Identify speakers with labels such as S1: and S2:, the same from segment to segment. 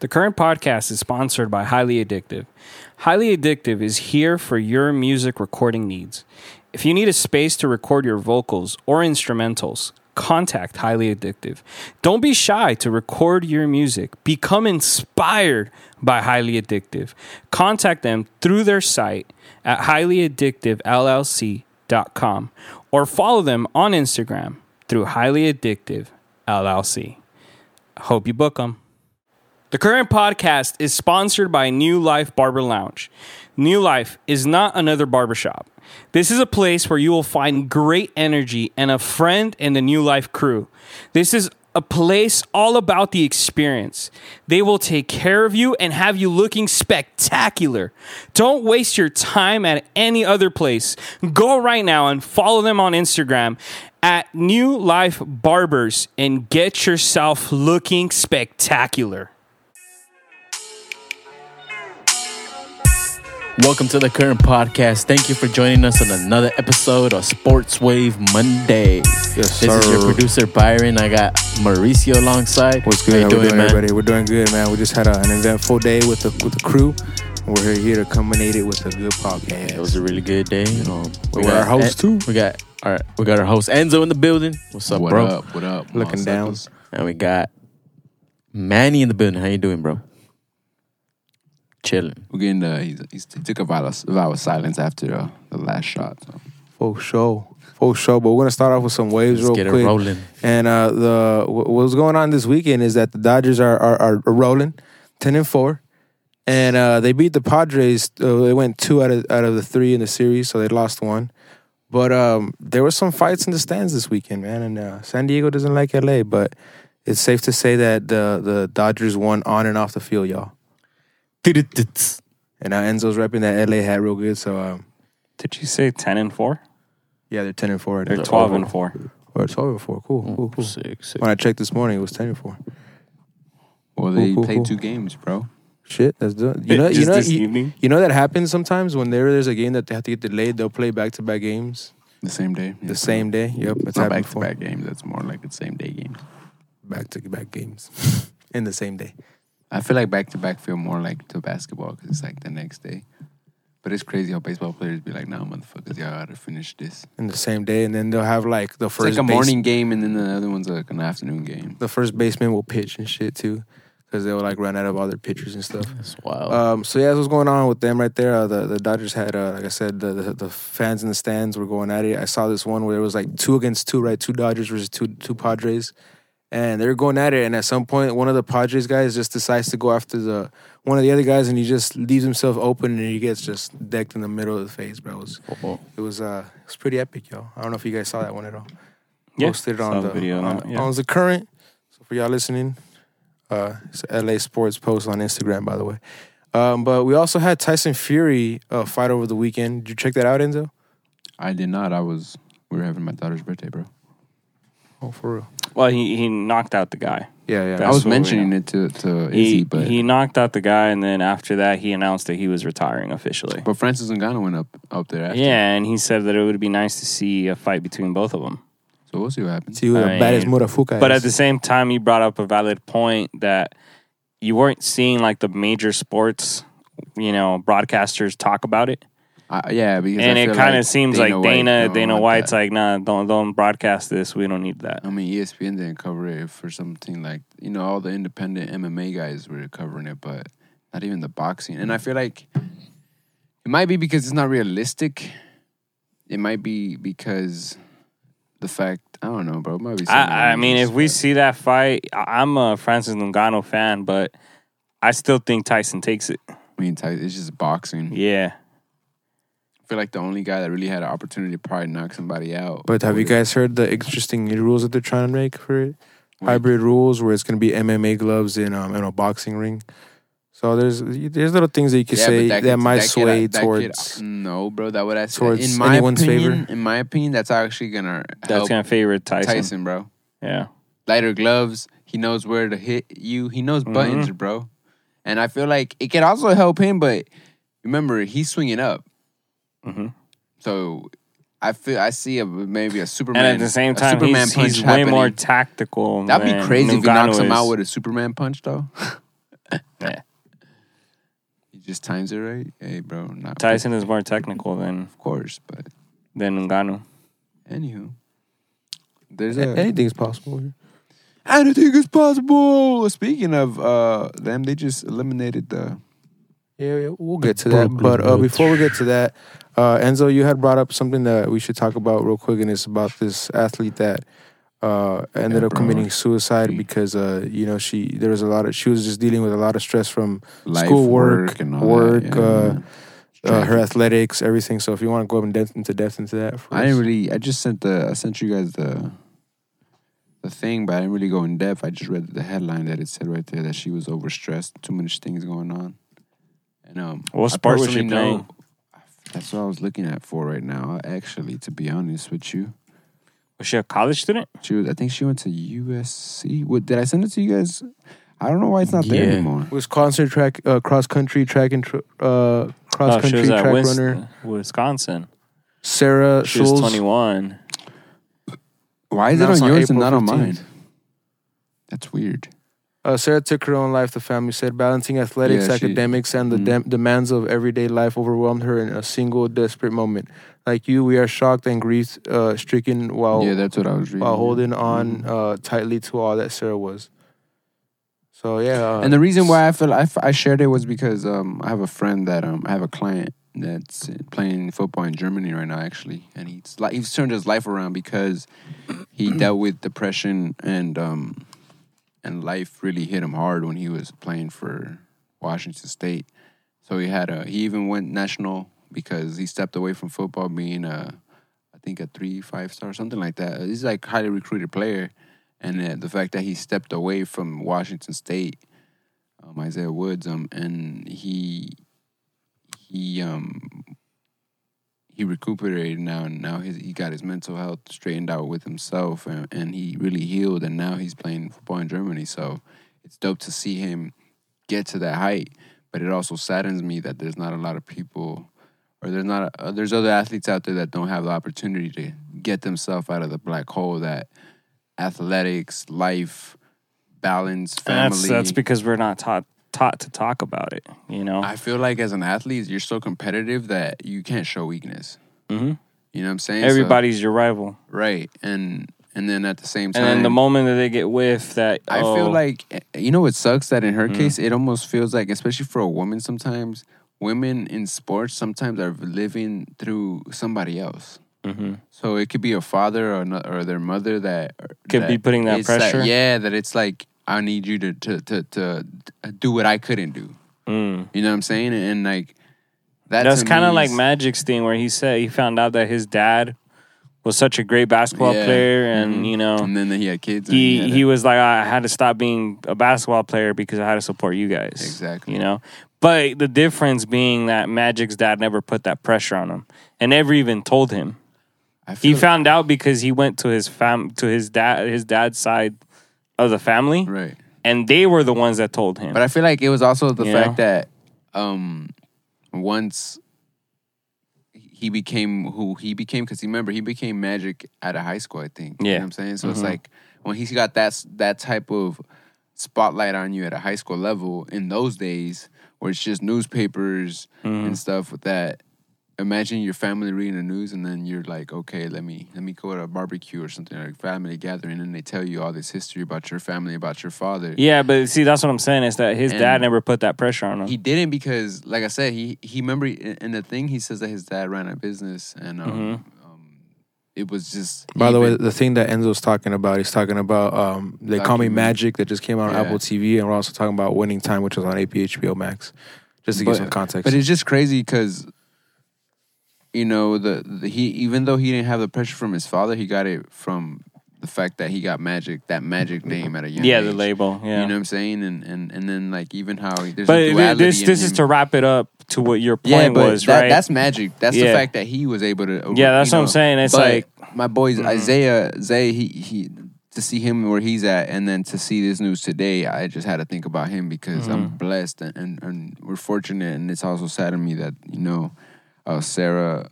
S1: The current podcast is sponsored by Highly Addictive. Highly Addictive is here for your music recording needs. If you need a space to record your vocals or instrumentals, contact Highly Addictive. Don't be shy to record your music. Become inspired by Highly Addictive. Contact them through their site at highlyaddictivellc.com or follow them on Instagram through Highly Addictive LLC. Hope you book them. The current podcast is sponsored by New Life Barber Lounge. New Life is not another barbershop. This is a place where you will find great energy and a friend in the New Life crew. This is a place all about the experience. They will take care of you and have you looking spectacular. Don't waste your time at any other place. Go right now and follow them on Instagram at New Life Barbers and get yourself looking spectacular.
S2: Welcome to the current podcast. Thank you for joining us on another episode of Sports Wave Monday.
S3: Yes,
S2: This is your
S3: sir.
S2: producer Byron. I got Mauricio alongside.
S3: What's
S2: How
S3: good?
S2: you
S3: How
S2: doing,
S3: we doing,
S2: man?
S3: everybody? We're doing good, man. We just had a, an eventful day with the with the crew. We're here to culminate it with a good podcast.
S2: It was a really good day. Um,
S3: We got our host,
S2: too. We got our we got our host Enzo in the building. What's up,
S4: What
S2: bro?
S4: up? What up?
S3: Looking down.
S4: motherfuckers?
S2: And we got Manny in the building. How you doing, bro? Chilling.
S4: We're getting the. He, he took a vow, vow of silence after uh, the last shot. So.
S3: Full show, full show. But we're gonna start off with some waves
S2: Let's
S3: real
S2: get it
S3: quick.
S2: rolling.
S3: And uh, the wh- what's going on this weekend is that the Dodgers are are, are rolling, ten and four, and uh, they beat the Padres. Uh, they went two out of out of the three in the series, so they lost one. But um, there were some fights in the stands this weekend, man. And uh, San Diego doesn't like LA, but it's safe to say that the the Dodgers won on and off the field, y'all. And uh, Enzo's repping that LA hat real good. So um,
S1: Did you say 10 and 4?
S3: yeah, they're ten and four.
S1: They're 12 and 4.
S3: Or twelve and four. Cool, cool, cool.
S2: Six, six.
S3: When I checked this morning, it was ten and four.
S4: Well, they
S3: Cool, cool,
S4: played
S3: cool.
S4: two games, bro.
S3: Shit, that's done. You know, you
S1: Just
S3: know,
S1: this
S3: you,
S1: evening?
S3: you know that happens sometimes when there, there's a game that they have to get delayed. They'll play back to back games
S4: The same day.
S3: the same day. Yep, it's
S4: Not
S3: happened
S4: back to
S3: before.
S4: back games. That's more like the same day games.
S3: Back to back games in the same day.
S4: I feel like back to back feel more like to basketball because it's like the next day. But it's crazy how baseball players be like, "Nah, motherfuckers, y'all gotta finish this."
S3: In the same day, and then they'll have like the
S4: It's
S3: first
S4: like a
S3: base-
S4: morning game, and then the other one's like an afternoon game.
S3: The first baseman will pitch and shit too, because they'll like run out of other pitchers and stuff.
S2: That's wild.
S3: Um, so yeah, that's what's going on with them right there. Uh, the the Dodgers had, uh, like I said, the, the the fans in the stands were going at it. I saw this one where it was like two against two, right? Two Dodgers versus two two Padres, and they were going at it. And at some point, one of the Padres guys just decides to go after the one of the other guys, and he just leaves himself open, and he gets just decked in the middle of the face, bro. It was
S2: Oh.
S3: it was uh it was pretty epic, y'all. I don't know if you guys saw that one at all.
S1: Yeah,
S3: Posted
S1: saw
S3: on
S1: the
S3: the
S1: video on
S3: on,
S1: that, yeah.
S3: on the current. So for y'all listening, uh, it's a LA Sports post on Instagram, by the way. Um, but we also had Tyson Fury uh, fight over the weekend. Did you check that out, Enzo?
S4: I did not. I was. We were having my daughter's birthday, bro.
S3: Oh, for real?
S1: Well, he, he knocked out the guy.
S3: Yeah, yeah.
S1: That
S4: I was
S1: what we
S4: mentioning
S1: know.
S4: it to to Izzy,
S1: He,
S4: but
S1: he knocked out the guy, and then after that, he announced that he was retiring officially.
S4: but Francis Ngannou went up up there. After.
S1: Yeah, and he said that it would be nice to see a fight between both of them.
S4: So we'll see what happens.
S3: See who the
S1: I mean,
S3: baddest motherfucker
S1: But
S3: is.
S1: at the same time, you brought up a valid point that you weren't seeing like the major sports, you know, broadcasters talk about it,
S4: I, yeah, because
S1: and
S4: I
S1: it
S4: feel
S1: kind of seems like
S4: White
S1: Dana
S4: don't
S1: Dana
S4: want
S1: White's
S4: that.
S1: like, nah, don't don't broadcast this. We don't need that.
S4: I mean, E ESPN didn't cover it for something like you know all the independent MMA guys were covering it, but not even the boxing. And I feel like it might be because it's not realistic. It might be because the fact I don't know, bro. It might be. something
S1: I, I mean,
S4: else,
S1: if we
S4: but
S1: see that fight, I- I'm a Francis Ngannou fan, but I still think Tyson takes it.
S4: I mean, Ty- it's just boxing.
S1: Yeah,
S4: I feel like the only guy that really had an opportunity to probably knock somebody out.
S3: But have you
S4: was-
S3: guys heard the interesting new rules that they're trying to make for it? Hybrid rules where it's going to be MMA gloves in um in a boxing ring. So there's there's little things that you could
S4: Yeah, but
S3: say that,
S4: could-
S3: might
S4: that could- uh,
S3: sway
S4: that could- uh,
S3: towards.
S4: no, bro. That would actually
S3: towards
S4: in my
S3: anyone's favor.
S4: opinion, In my opinion, that's actually gonna
S1: that's
S4: help
S1: gonna favor Tyson.
S4: Tyson, bro.
S1: Yeah,
S4: Lighter gloves. He knows where to hit you. He knows
S1: Mm-hmm.
S4: buttons, bro. And I feel like it could also help him, but remember he's swinging up.
S1: Mhm.
S4: So I feel I see a maybe a Superman.
S1: and at the same
S4: a
S1: time,
S4: Superman
S1: he's, he's
S4: punch
S1: way more
S4: happening.
S1: tactical.
S4: That'd be
S1: than
S4: crazy if he knocks
S1: Ngannou
S4: him
S1: is.
S4: out with a Superman punch, though. just times it right. Hey, bro, not
S1: Tyson is more technical than
S4: of course, but
S1: than Ngannou.
S4: anywho, there's
S3: A-
S4: a
S3: Anything's possible. here.
S4: anything is possible. Speaking of uh them, they just eliminated the
S3: Yeah, yeah, we'll get to
S2: Brooklyn
S3: that. But uh,
S2: Nets.
S3: before we get to that, uh, Enzo, you had brought up something that we should talk about real quick, and it's about this athlete that uh, ended
S4: Yeah,
S3: up
S4: bro.
S3: committing suicide
S4: Mm.
S3: because uh, you know she there was a lot of she was just dealing with a lot of stress from uh,
S4: life
S3: Schoolwork,
S4: work and all
S3: work,
S4: that.
S3: uh,
S4: man.
S3: uh, her
S4: Tragic.
S3: athletics, everything. So if you want to go up in depth, into depth into that, for
S4: I
S3: us.
S4: didn't really. I just sent the. I sent you guys the. The thing, but I didn't really go in depth. I just read the headline that it said right there that she was overstressed, too much things going on, and um.
S1: What
S4: I
S1: sport was she
S4: personally know-
S1: playing?
S4: That's what I was looking at for right now. Actually, to be honest with you,
S1: Was she a college student?
S4: she was. I think she went to USC. What did I send it to you guys? I don't know why it's not there
S2: Yeah.
S4: anymore.
S3: was concert track, uh, cross country track and tr- uh, cross
S1: Oh, she
S3: country
S1: was at
S3: track
S1: Wins-
S3: runner
S1: Wisconsin.
S3: Sarah
S1: She was
S3: Schulz.
S1: 21.
S4: Why is
S3: Now
S4: it on
S3: it's on
S4: yours and
S3: April
S4: not on
S3: 15th.
S4: mine? That's weird.
S3: Uh, Sarah took her own life, the family said. Balancing athletics,
S4: Yeah, she- Mm.
S3: academics, and the dem- demands of everyday life overwhelmed her in a single desperate moment. Like you, we are shocked and grief uh, stricken while,
S4: yeah, that's what I was reading.
S3: while holding
S4: Mm.
S3: on uh, tightly to all that Sarah was. So, yeah. Uh,
S4: and the reason why I feel I, f- I shared it was because um, I have a friend that um, I have a client that's playing football in Germany right now actually, and he's like he's turned his life around because he dealt with depression and um, and life really hit him hard when he was playing for Washington State. So he had a he even went national because he stepped away from football being a I think a three five star something like that. He's like highly recruited player, and uh, the fact that he stepped away from Washington State um, Isaiah Woods, um, and he he um he recuperated now, and now his, he got his mental health straightened out with himself, and, and he really healed, and now he's playing football in Germany. So it's dope to see him get to that height, but it also saddens me that there's not a lot of people. Or there's not uh, there's other athletes out there that don't have the opportunity to get themselves out of the black hole that athletics, life, balance,
S1: And
S4: family.
S1: that's that's because we're not taught taught to talk about it. You know.
S4: I feel like as an athlete, you're so competitive that you can't show weakness.
S1: hmm
S4: You know what I'm saying? So-
S1: Everybody's your rival,
S4: right? And and then at the same time,
S1: and then the moment that they get whiff that
S4: I
S1: oh, Mm.
S4: feel like eh, you know it sucks that in her case, it almost feels like, especially for a woman, sometimes women in sports sometimes are living through somebody else.
S1: Mhm.
S4: So it could be a father or ano- or their mother that
S1: Could be putting that
S4: it's like-
S1: pressure.
S4: yeah, that it's like I need you to to to, to do what I couldn't do.
S1: Mm.
S4: You know what I'm saying? And, like that
S1: That's
S4: to
S1: kind
S4: me
S1: of like
S4: is-
S1: Magic's thing where he said he found out that his dad was such a great basketball
S4: Yeah.
S1: player, and
S4: Mhm.
S1: you know
S4: And then he had kids. and
S1: he
S4: had
S1: he
S4: a-
S1: was like I had to stop being a basketball player because I had to support you guys.
S4: Exactly.
S1: You know. But the difference being that Magic's dad never put that pressure on him and never even told him.
S4: I feel
S1: He found out because he went to his fam to his dad his dad's side of the family
S4: right,
S1: and they were the ones that told him.
S4: but I feel like it was also the
S1: You
S4: fact
S1: know?
S4: that um once he became who he became because remember he became Magic out of high school. I think. You know
S1: Yeah.
S4: what I'm saying so. It's like when he's got that s- that type of spotlight on you at a high school level in those days where it's just newspapers
S1: Mm-hmm. Mm.
S4: and stuff with that. Imagine your family reading the news and then you're like, okay, let me let me go to a barbecue or something or a family gathering and they tell you all this history about your family, about your father.
S1: yeah, but see that's what I'm saying is that his
S4: And-
S1: dad never put that pressure on him.
S4: He didn't because, like I said, he he remember in the thing he says that his dad ran a business and um, um it was just.
S3: by the way,
S4: even-
S3: the thing that Enzo's talking about, he's talking about um, They Call Me
S4: Document.
S3: Magic that just came out on
S4: Yeah.
S3: Apple TV, and we're also talking about Winning Time, which was on AP HBO Max, just to give
S4: But-
S3: some context.
S4: but it's just crazy because you know the, the he even though he didn't have the pressure from his father, he got it from the fact that he got magic that magic name at a young
S1: yeah,
S4: age.
S1: the label. Yeah.
S4: You know what I'm saying? And and and then like even how there's
S1: but
S4: a
S1: th-
S4: duality
S1: this
S4: in
S1: this is
S4: him.
S1: to wrap it up to what your point
S4: yeah, but
S1: was,
S4: that,
S1: right?
S4: That's magic. That's the
S1: Yeah.
S4: fact that he was able to.
S1: Yeah, that's
S4: you
S1: what I'm saying. It's
S4: but my boys
S1: Mhm.
S4: Isaiah Zay. He he to see him where he's at, and then to see this news today. I just had to think about him because I'm
S1: Mm-hmm.
S4: blessed and, and and we're fortunate, and it's also sad to me that you know uh, Sarah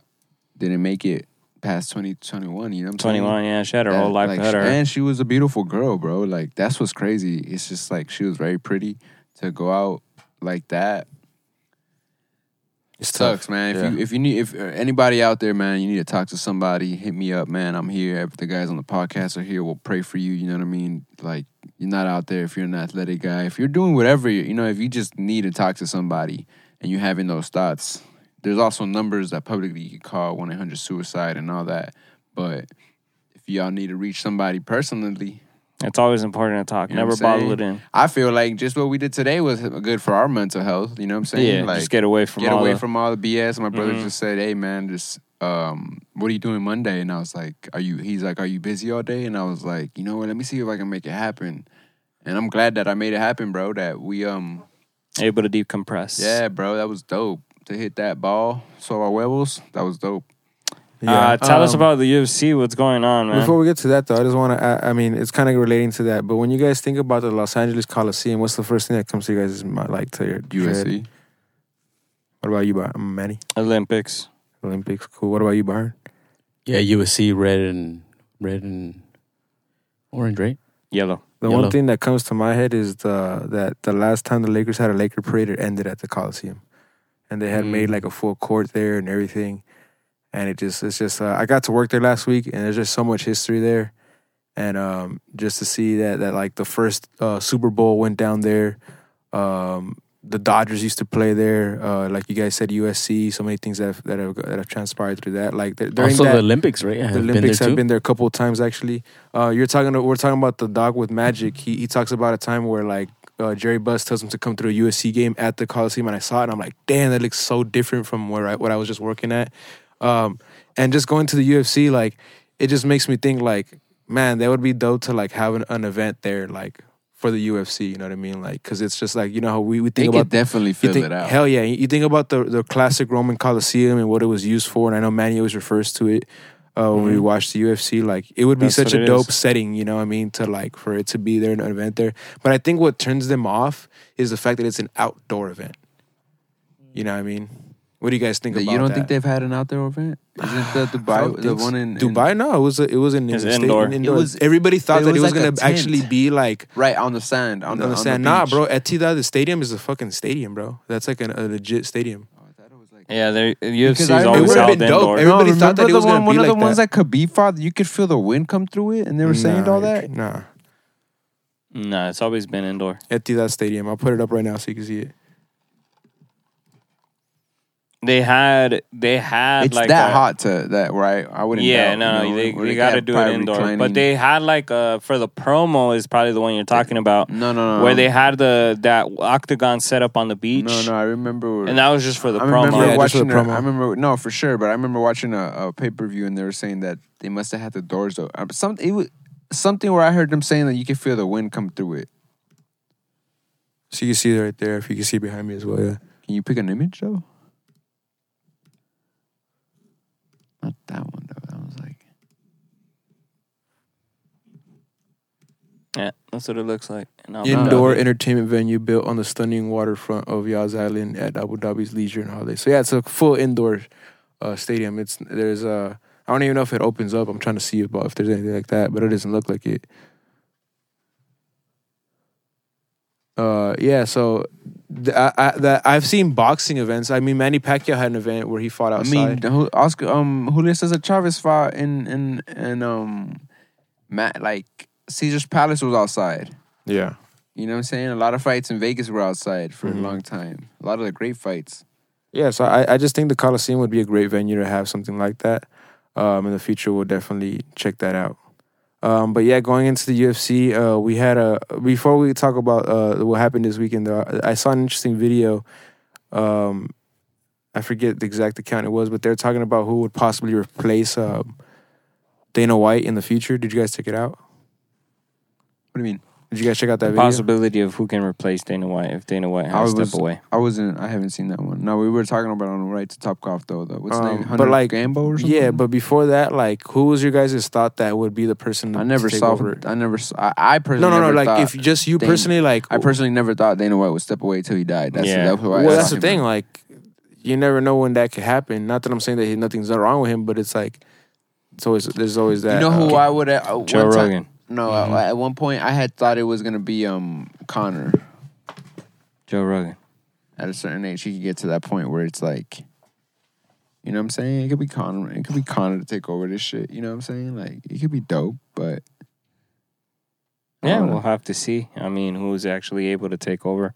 S4: didn't make it past 2021. you know, what I'm saying?
S1: 21. Yeah, she had her
S4: that,
S1: whole life
S4: like,
S1: ahead of her.
S4: And she was a beautiful girl, bro. Like that's what's crazy. It's just like she was very pretty to go out like that.
S3: It's tough.
S4: sucks, man. If
S2: Yeah.
S4: you if you need if uh, anybody out there, man, you need to talk to somebody. Hit me up, man. I'm here. If the guys on the podcast are here, we'll pray for you. You know what I mean? Like you're not out there if you're an athletic guy. If you're doing whatever, you you know, if you just need to talk to somebody and you're having those thoughts, there's also numbers that publicly you can call one eight hundred suicide and all that. But if y'all need to reach somebody personally,
S1: It's always important to talk.
S4: You know
S1: Never
S4: what I'm
S1: bottle it
S4: saying?
S1: in.
S4: I feel like just what we did today was good for our mental health. You know what I'm saying?
S1: yeah,
S4: like,
S1: just get away from
S4: get
S1: all
S4: away
S1: the-
S4: from all the BS. My brother
S3: Mm-hmm.
S4: just said, "Hey man, just um, what are you doing Monday?" And I was like, "Are you?" He's like, "Are you busy all day?" And I was like, "You know what? Let me see if I can make it happen." And I'm glad that I made it happen, bro. That we um,
S1: able to decompress.
S4: yeah, bro, that was dope to hit that ball. So our huevos, that was dope.
S1: Uh, tell us
S3: Um,
S1: about the UFC. What's going on, man?
S3: Before we get to that, though, I just want to. I mean, it's kind of relating to that. But when you guys think about the Los Angeles Coliseum, what's the first thing that comes to you guys' mind? Like to your to your head?
S4: USC.
S3: What about you, Bar? I'm Manny.
S1: Olympics.
S3: Olympics, cool. What about you, Byron?
S2: Yeah, USC red and red and orange, right?
S1: Yellow.
S3: The
S2: Yellow.
S3: one thing that comes to my head is the that the last time the Lakers had a Laker parade, it ended at the Coliseum, and they had
S2: Mm.
S3: made like a full court there and everything, and it just it's just uh, I got to work there last week, and there's just so much history there, and um, just to see that that like the first uh, Super Bowl went down there, um, the Dodgers used to play there, uh, like you guys said, USC, so many things that have, that have that have transpired through that, like th- during
S2: also
S3: that,
S2: the Olympics, right? Have
S3: the
S2: been
S3: Olympics
S2: there
S3: have
S2: too?
S3: been there a couple of times actually. Uh, you're talking. We're talking about the dog with magic. He he talks about a time where like uh, Jerry Buss tells him to come through a USC game at the Coliseum, and I saw it, and I'm like, damn, that looks so different from where I, what I was just working at. Um, and just going to the UFC, like it just makes me think like, man, that would be dope to like have an, an event there, like for the UFC. You know what I mean? Like, cause it's just like you know how we we
S4: They
S3: think
S4: could
S3: about
S4: definitely
S3: you
S4: fill
S3: think-
S4: it out.
S3: Hell yeah. You think about the, the classic Roman Coliseum and what it was used for, and I know Manny always refers to it uh, when
S4: Mm-hmm.
S3: we watch the UFC. Like it would be
S1: That's
S3: such
S1: what
S3: a
S1: it
S3: dope
S1: is.
S3: setting, you know what I mean, to like for it to be there in an event there. But I think what turns them off is the fact that it's an outdoor event. You know what I mean? What do you guys think
S4: That
S3: about
S4: you don't
S3: that?
S4: think they've had an outdoor event? Isn't the
S3: I
S4: Dubai
S3: don't
S4: the
S3: think
S4: one
S3: so.
S4: in in-
S3: Dubai? No, it was a, it was in, in
S1: It's
S3: the state-
S1: indoor.
S3: in-
S1: It
S3: indoor.
S4: was-
S3: everybody thought
S4: it
S3: that
S4: was
S3: it was
S4: like a
S3: going to actually
S4: tent.
S3: be like
S4: Right on the sand. On,
S3: on
S4: the,
S3: the sand.
S4: On the
S3: Nah,
S4: beach.
S3: bro, Etihad the stadium is a fucking stadium, bro. That's like an, a legit stadium.
S4: Oh, I thought it was like
S1: Yeah, they UFC is
S4: I- it
S1: always
S4: would've
S1: out
S3: been dope.
S1: indoor.
S3: Every- Everybody
S4: no,
S3: thought that
S4: remember
S3: it was
S4: the
S3: gonna be
S4: one, one of
S3: like
S4: the ones
S3: that.
S4: that Khabib fought. You could feel the wind come through it, and they were saying
S3: Nah,
S4: all
S3: you
S4: that.
S3: c- Nah.
S1: No, it's always been indoor.
S3: Etihad Stadium. I'll put it up right now so you can see it.
S1: They had they had
S4: It's
S1: like
S4: that
S1: a-
S4: hot to that where I, I wouldn't.
S1: Yeah,
S4: doubt,
S1: no,
S4: you know,
S1: they,
S4: where
S1: they got to
S4: had
S1: do it
S4: probably
S1: indoor.
S4: reclining-
S1: But they had like uh for the promo is probably the one you're talking about.
S4: no, no, no,
S1: where they had the that octagon set up on the beach.
S4: Um, no, no. I remember.
S1: and that was just for the
S4: I
S1: promo.
S4: remember
S3: Yeah, just for
S4: watching.
S3: the
S4: a-
S3: promo.
S4: I remember no for sure, but I remember watching a, a pay per view and they were saying that they must have had the doors open. Some it was something where I heard them saying that you could feel the wind come through it.
S3: So you can see it right there if you can see behind me as well. Yeah.
S4: Can you pick an image though? Not that one though. That was like.
S1: yeah, that's what it looks like. And I'll-
S3: Indoor
S4: okay.
S3: entertainment venue built on the stunning waterfront of Yas Island at Abu Dhabi's leisure and holiday. So yeah, it's a full indoor uh, stadium. It's there's uh I don't even know if it opens up. I'm trying to see about if there's anything like that, but it doesn't look like it. Uh yeah, so th- I, I that I've seen boxing events. I mean, Manny Pacquiao had an event where he fought
S4: I
S3: outside.
S4: mean, who- Oscar, um, Julio Cesar Chavez fought in in in um, Matt like Caesar's Palace was outside.
S3: yeah,
S4: You know what I'm saying? A lot of fights in Vegas were outside for a
S3: Mm-hmm.
S4: long time. A lot of the great fights.
S3: Yeah, so I, I just think the Coliseum would be a great venue to have something like that. Um, in the future, we'll definitely check that out. Um, but yeah, going into the UFC, uh, we had a before we talk about uh, what happened this weekend. Though, I I saw an interesting video. Um, I forget the exact account it was, but they're talking about who would possibly replace um, Dana White in the future. Did you guys check it out?
S4: What do you mean?
S3: Did you guys check out that
S1: the
S3: video?
S1: possibility of who can replace Dana White if Dana White
S4: I
S1: has to
S4: was-
S1: step away.
S4: I wasn't. I haven't seen that one. No, we were talking about on the right to Top Golf though. The, what's his
S3: Um,
S4: name?
S3: but
S4: Hunter
S3: like,
S4: Gambo or something.
S3: Yeah, but before that, like, who was your guys' thought that would be the person?
S4: I never
S3: to take
S4: saw.
S3: Over?
S4: I never. Saw, I, I
S3: No,
S4: personally.
S3: no, no.
S4: never
S3: Like,
S4: thought-
S3: if just you
S4: Dana-
S3: personally, like,
S4: I personally never thought Dana White would step away till he died. That's
S1: Yeah.
S4: that's who I
S3: well, that's
S4: saw
S3: the
S4: him
S3: thing.
S4: as.
S3: Like, you never know when that could happen. Not that I'm saying that he, nothing's wrong with him, but it's like, it's always there's always that.
S4: You know who
S3: uh,
S4: I would uh, one
S1: Joe
S4: time-
S1: Rogan.
S4: No,
S1: Mm-hmm.
S4: I- at one point I had thought it was gonna be um Connor.
S1: Joe Rogan.
S4: At a certain age, you could get to that point where it's like You know what I'm saying? It could be Connor. It could be Connor to take over this shit. You know what I'm saying? Like it could be dope, but Oh, I
S1: Yeah,
S4: don't
S1: we'll
S4: know.
S1: have to see. I mean, who's actually able to take over?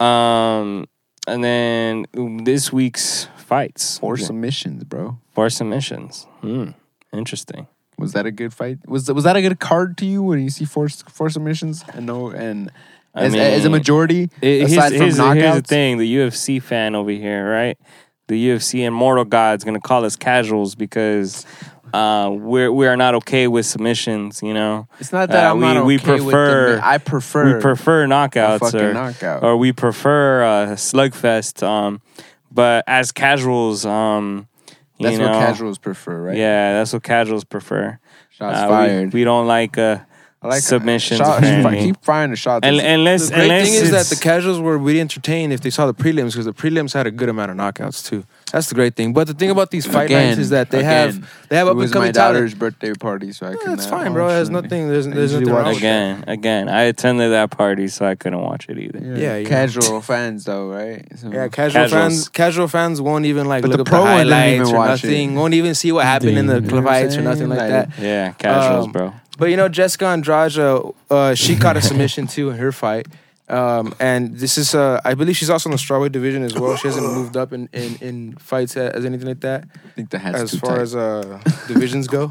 S1: Um, and then this week's fights
S4: four submissions, bro.
S1: for submissions. Hmm, interesting.
S4: Was that a good fight? Was was that a good card to you when you see four four submissions and no and
S1: I
S4: as, as a
S1: mean,
S4: majority
S1: It- here's, here's-
S4: aside from
S1: here's the
S4: knockouts?
S1: thing: the UFC fan over here, right? The UFC and Mortal God's gonna call us casuals because uh, we're we are not okay with submissions. You know,
S4: It's not that
S1: Uh,
S4: I'm
S1: we-
S4: not okay
S1: we
S4: with
S1: prefer-
S4: them. I prefer.
S1: we prefer knockouts
S4: fucking
S1: or
S4: knockout.
S1: or we prefer uh, slugfest. Um, but as casuals, um, you
S4: that's
S1: know,
S4: what casuals prefer, right?
S1: Yeah, that's what casuals prefer.
S4: Shots
S1: Uh, we-
S4: fired.
S1: We, don't like uh, submissions.
S4: Shot,
S1: apparently.
S4: keep firing the shots.
S1: Un-
S3: The
S1: unless,
S3: great
S1: unless
S3: thing is that
S1: it's-
S3: the casuals were really entertained if they saw the prelims because the prelims had a good amount of knockouts too. That's the great thing. But the thing about these fight nights is that they
S4: again,
S3: have they have
S4: it
S3: up and
S4: was my
S3: coming
S4: daughter's
S3: talent.
S4: birthday party, so I
S3: Yeah,
S4: could.
S3: that's fine, bro. There's nothing. There's, there's
S4: usually
S3: nothing
S4: watch
S3: wrong with that.
S1: again, again, I attended that party, so I couldn't watch it either.
S4: Yeah,
S3: Yeah, you know.
S4: casual fans though, right? So-
S3: Yeah, casual
S1: Casuals.
S3: fans. Casual fans won't even like
S4: But
S3: look
S4: the
S3: at
S4: pro
S3: the
S4: one didn't
S3: highlights
S4: even
S3: or
S4: watch it.
S3: nothing. Won't even see what happened in the
S2: Dude.
S4: You know what I'm
S3: fights or nothing like
S4: saying?
S3: that.
S1: Yeah, casuals,
S3: Um,
S1: bro.
S3: But you know, Jessica Andrade, uh, she caught a submission too in her fight. Um, and this is, uh, I believe she's also in the strawweight division as well. She hasn't moved up in, in, in fights a- as anything like that,
S4: I think the hat's
S3: as
S4: too
S3: far
S4: tight.
S3: as uh, divisions go.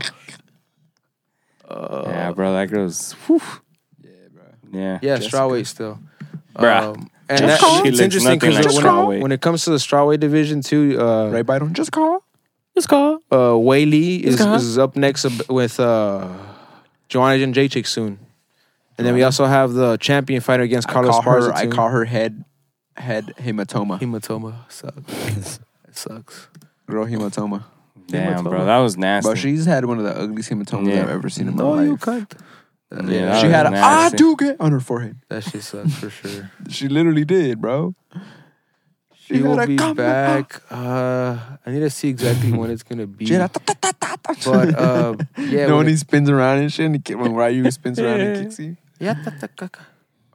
S3: Uh,
S1: yeah, bro, that girl's. Whew. Yeah, bro.
S3: yeah,
S4: Jessica.
S3: strawweight still. Um,
S1: Bruh.
S3: and
S1: Just
S3: that,
S1: call. She
S3: it's
S1: looks
S3: interesting
S1: nothing
S3: because
S1: like
S3: when,
S1: strawweight.
S3: it- when it comes to the strawweight division too, uh,
S4: right, but I don't just call.
S2: Let's go.
S3: uh, Wei Lee is,
S2: Uh-huh.
S3: is up next ab- with uh, Joanna and Jacek soon. And then we also have the champion fighter against
S4: I
S3: Carlos
S4: call
S3: Parza.
S4: her. I
S3: too.
S4: call her head head hematoma.
S3: hematoma. Sucks. it sucks.
S4: Girl hematoma.
S1: Damn, bro, that was nasty.
S4: But she's had one of the ugliest hematomas
S1: Yeah.
S4: I've ever seen in my life.
S3: can't. That,
S1: Yeah,
S3: yeah,
S1: that
S4: She
S1: was
S4: had a I
S1: nasty.
S4: do get on her forehead.
S3: that shit sucks for sure.
S4: She literally did, bro.
S3: She will
S4: gotta
S3: be
S4: come
S3: back. Uh, I need to see exactly when it's gonna be.
S4: She had a
S3: But uh, yeah, when
S4: no, when he
S3: it-
S4: spins around and shit, and he, ki- when Ryu spins around and kicks you.
S3: yeah, ta- ta- ka- ka.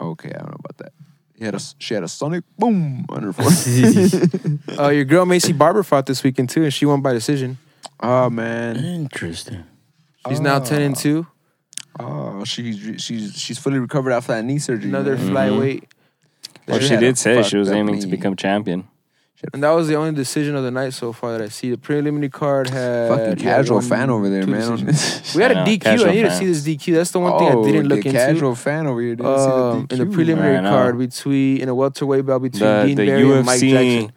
S4: Okay, I don't know about that. He had a, she had a sonic boom on her forehead.
S3: Uh, your girl Macy Barber fought this weekend too, and she won by decision.
S4: oh man,
S2: Interesting.
S3: She's now ten and two.
S4: oh she's she's she's fully recovered after that knee surgery.
S3: Another
S4: man.
S3: flyweight.
S1: Mm-hmm. well,
S4: She
S1: she
S4: had a
S1: did say
S4: fucked
S1: she was
S4: up
S1: aiming to
S4: knee.
S1: become champion.
S3: And that was the only decision of the night so far that I see. The preliminary card had
S4: fucking
S3: yeah,
S4: casual
S3: one-
S4: fan over there,
S3: two
S4: man.
S3: decisions. We had
S1: I
S3: a
S1: know,
S3: DQ.
S1: casual
S3: I need to
S1: fan.
S3: see this DQ. That's the one thing I didn't
S4: the
S3: look into.
S4: Oh, Casual fan over here didn't
S3: Um,
S4: see the
S3: in
S4: DQ.
S3: the preliminary
S1: I know.
S3: card between in a welterweight bout between
S1: The-
S3: Dean
S1: the
S3: Barry and Mike
S1: UFC
S3: Jackson.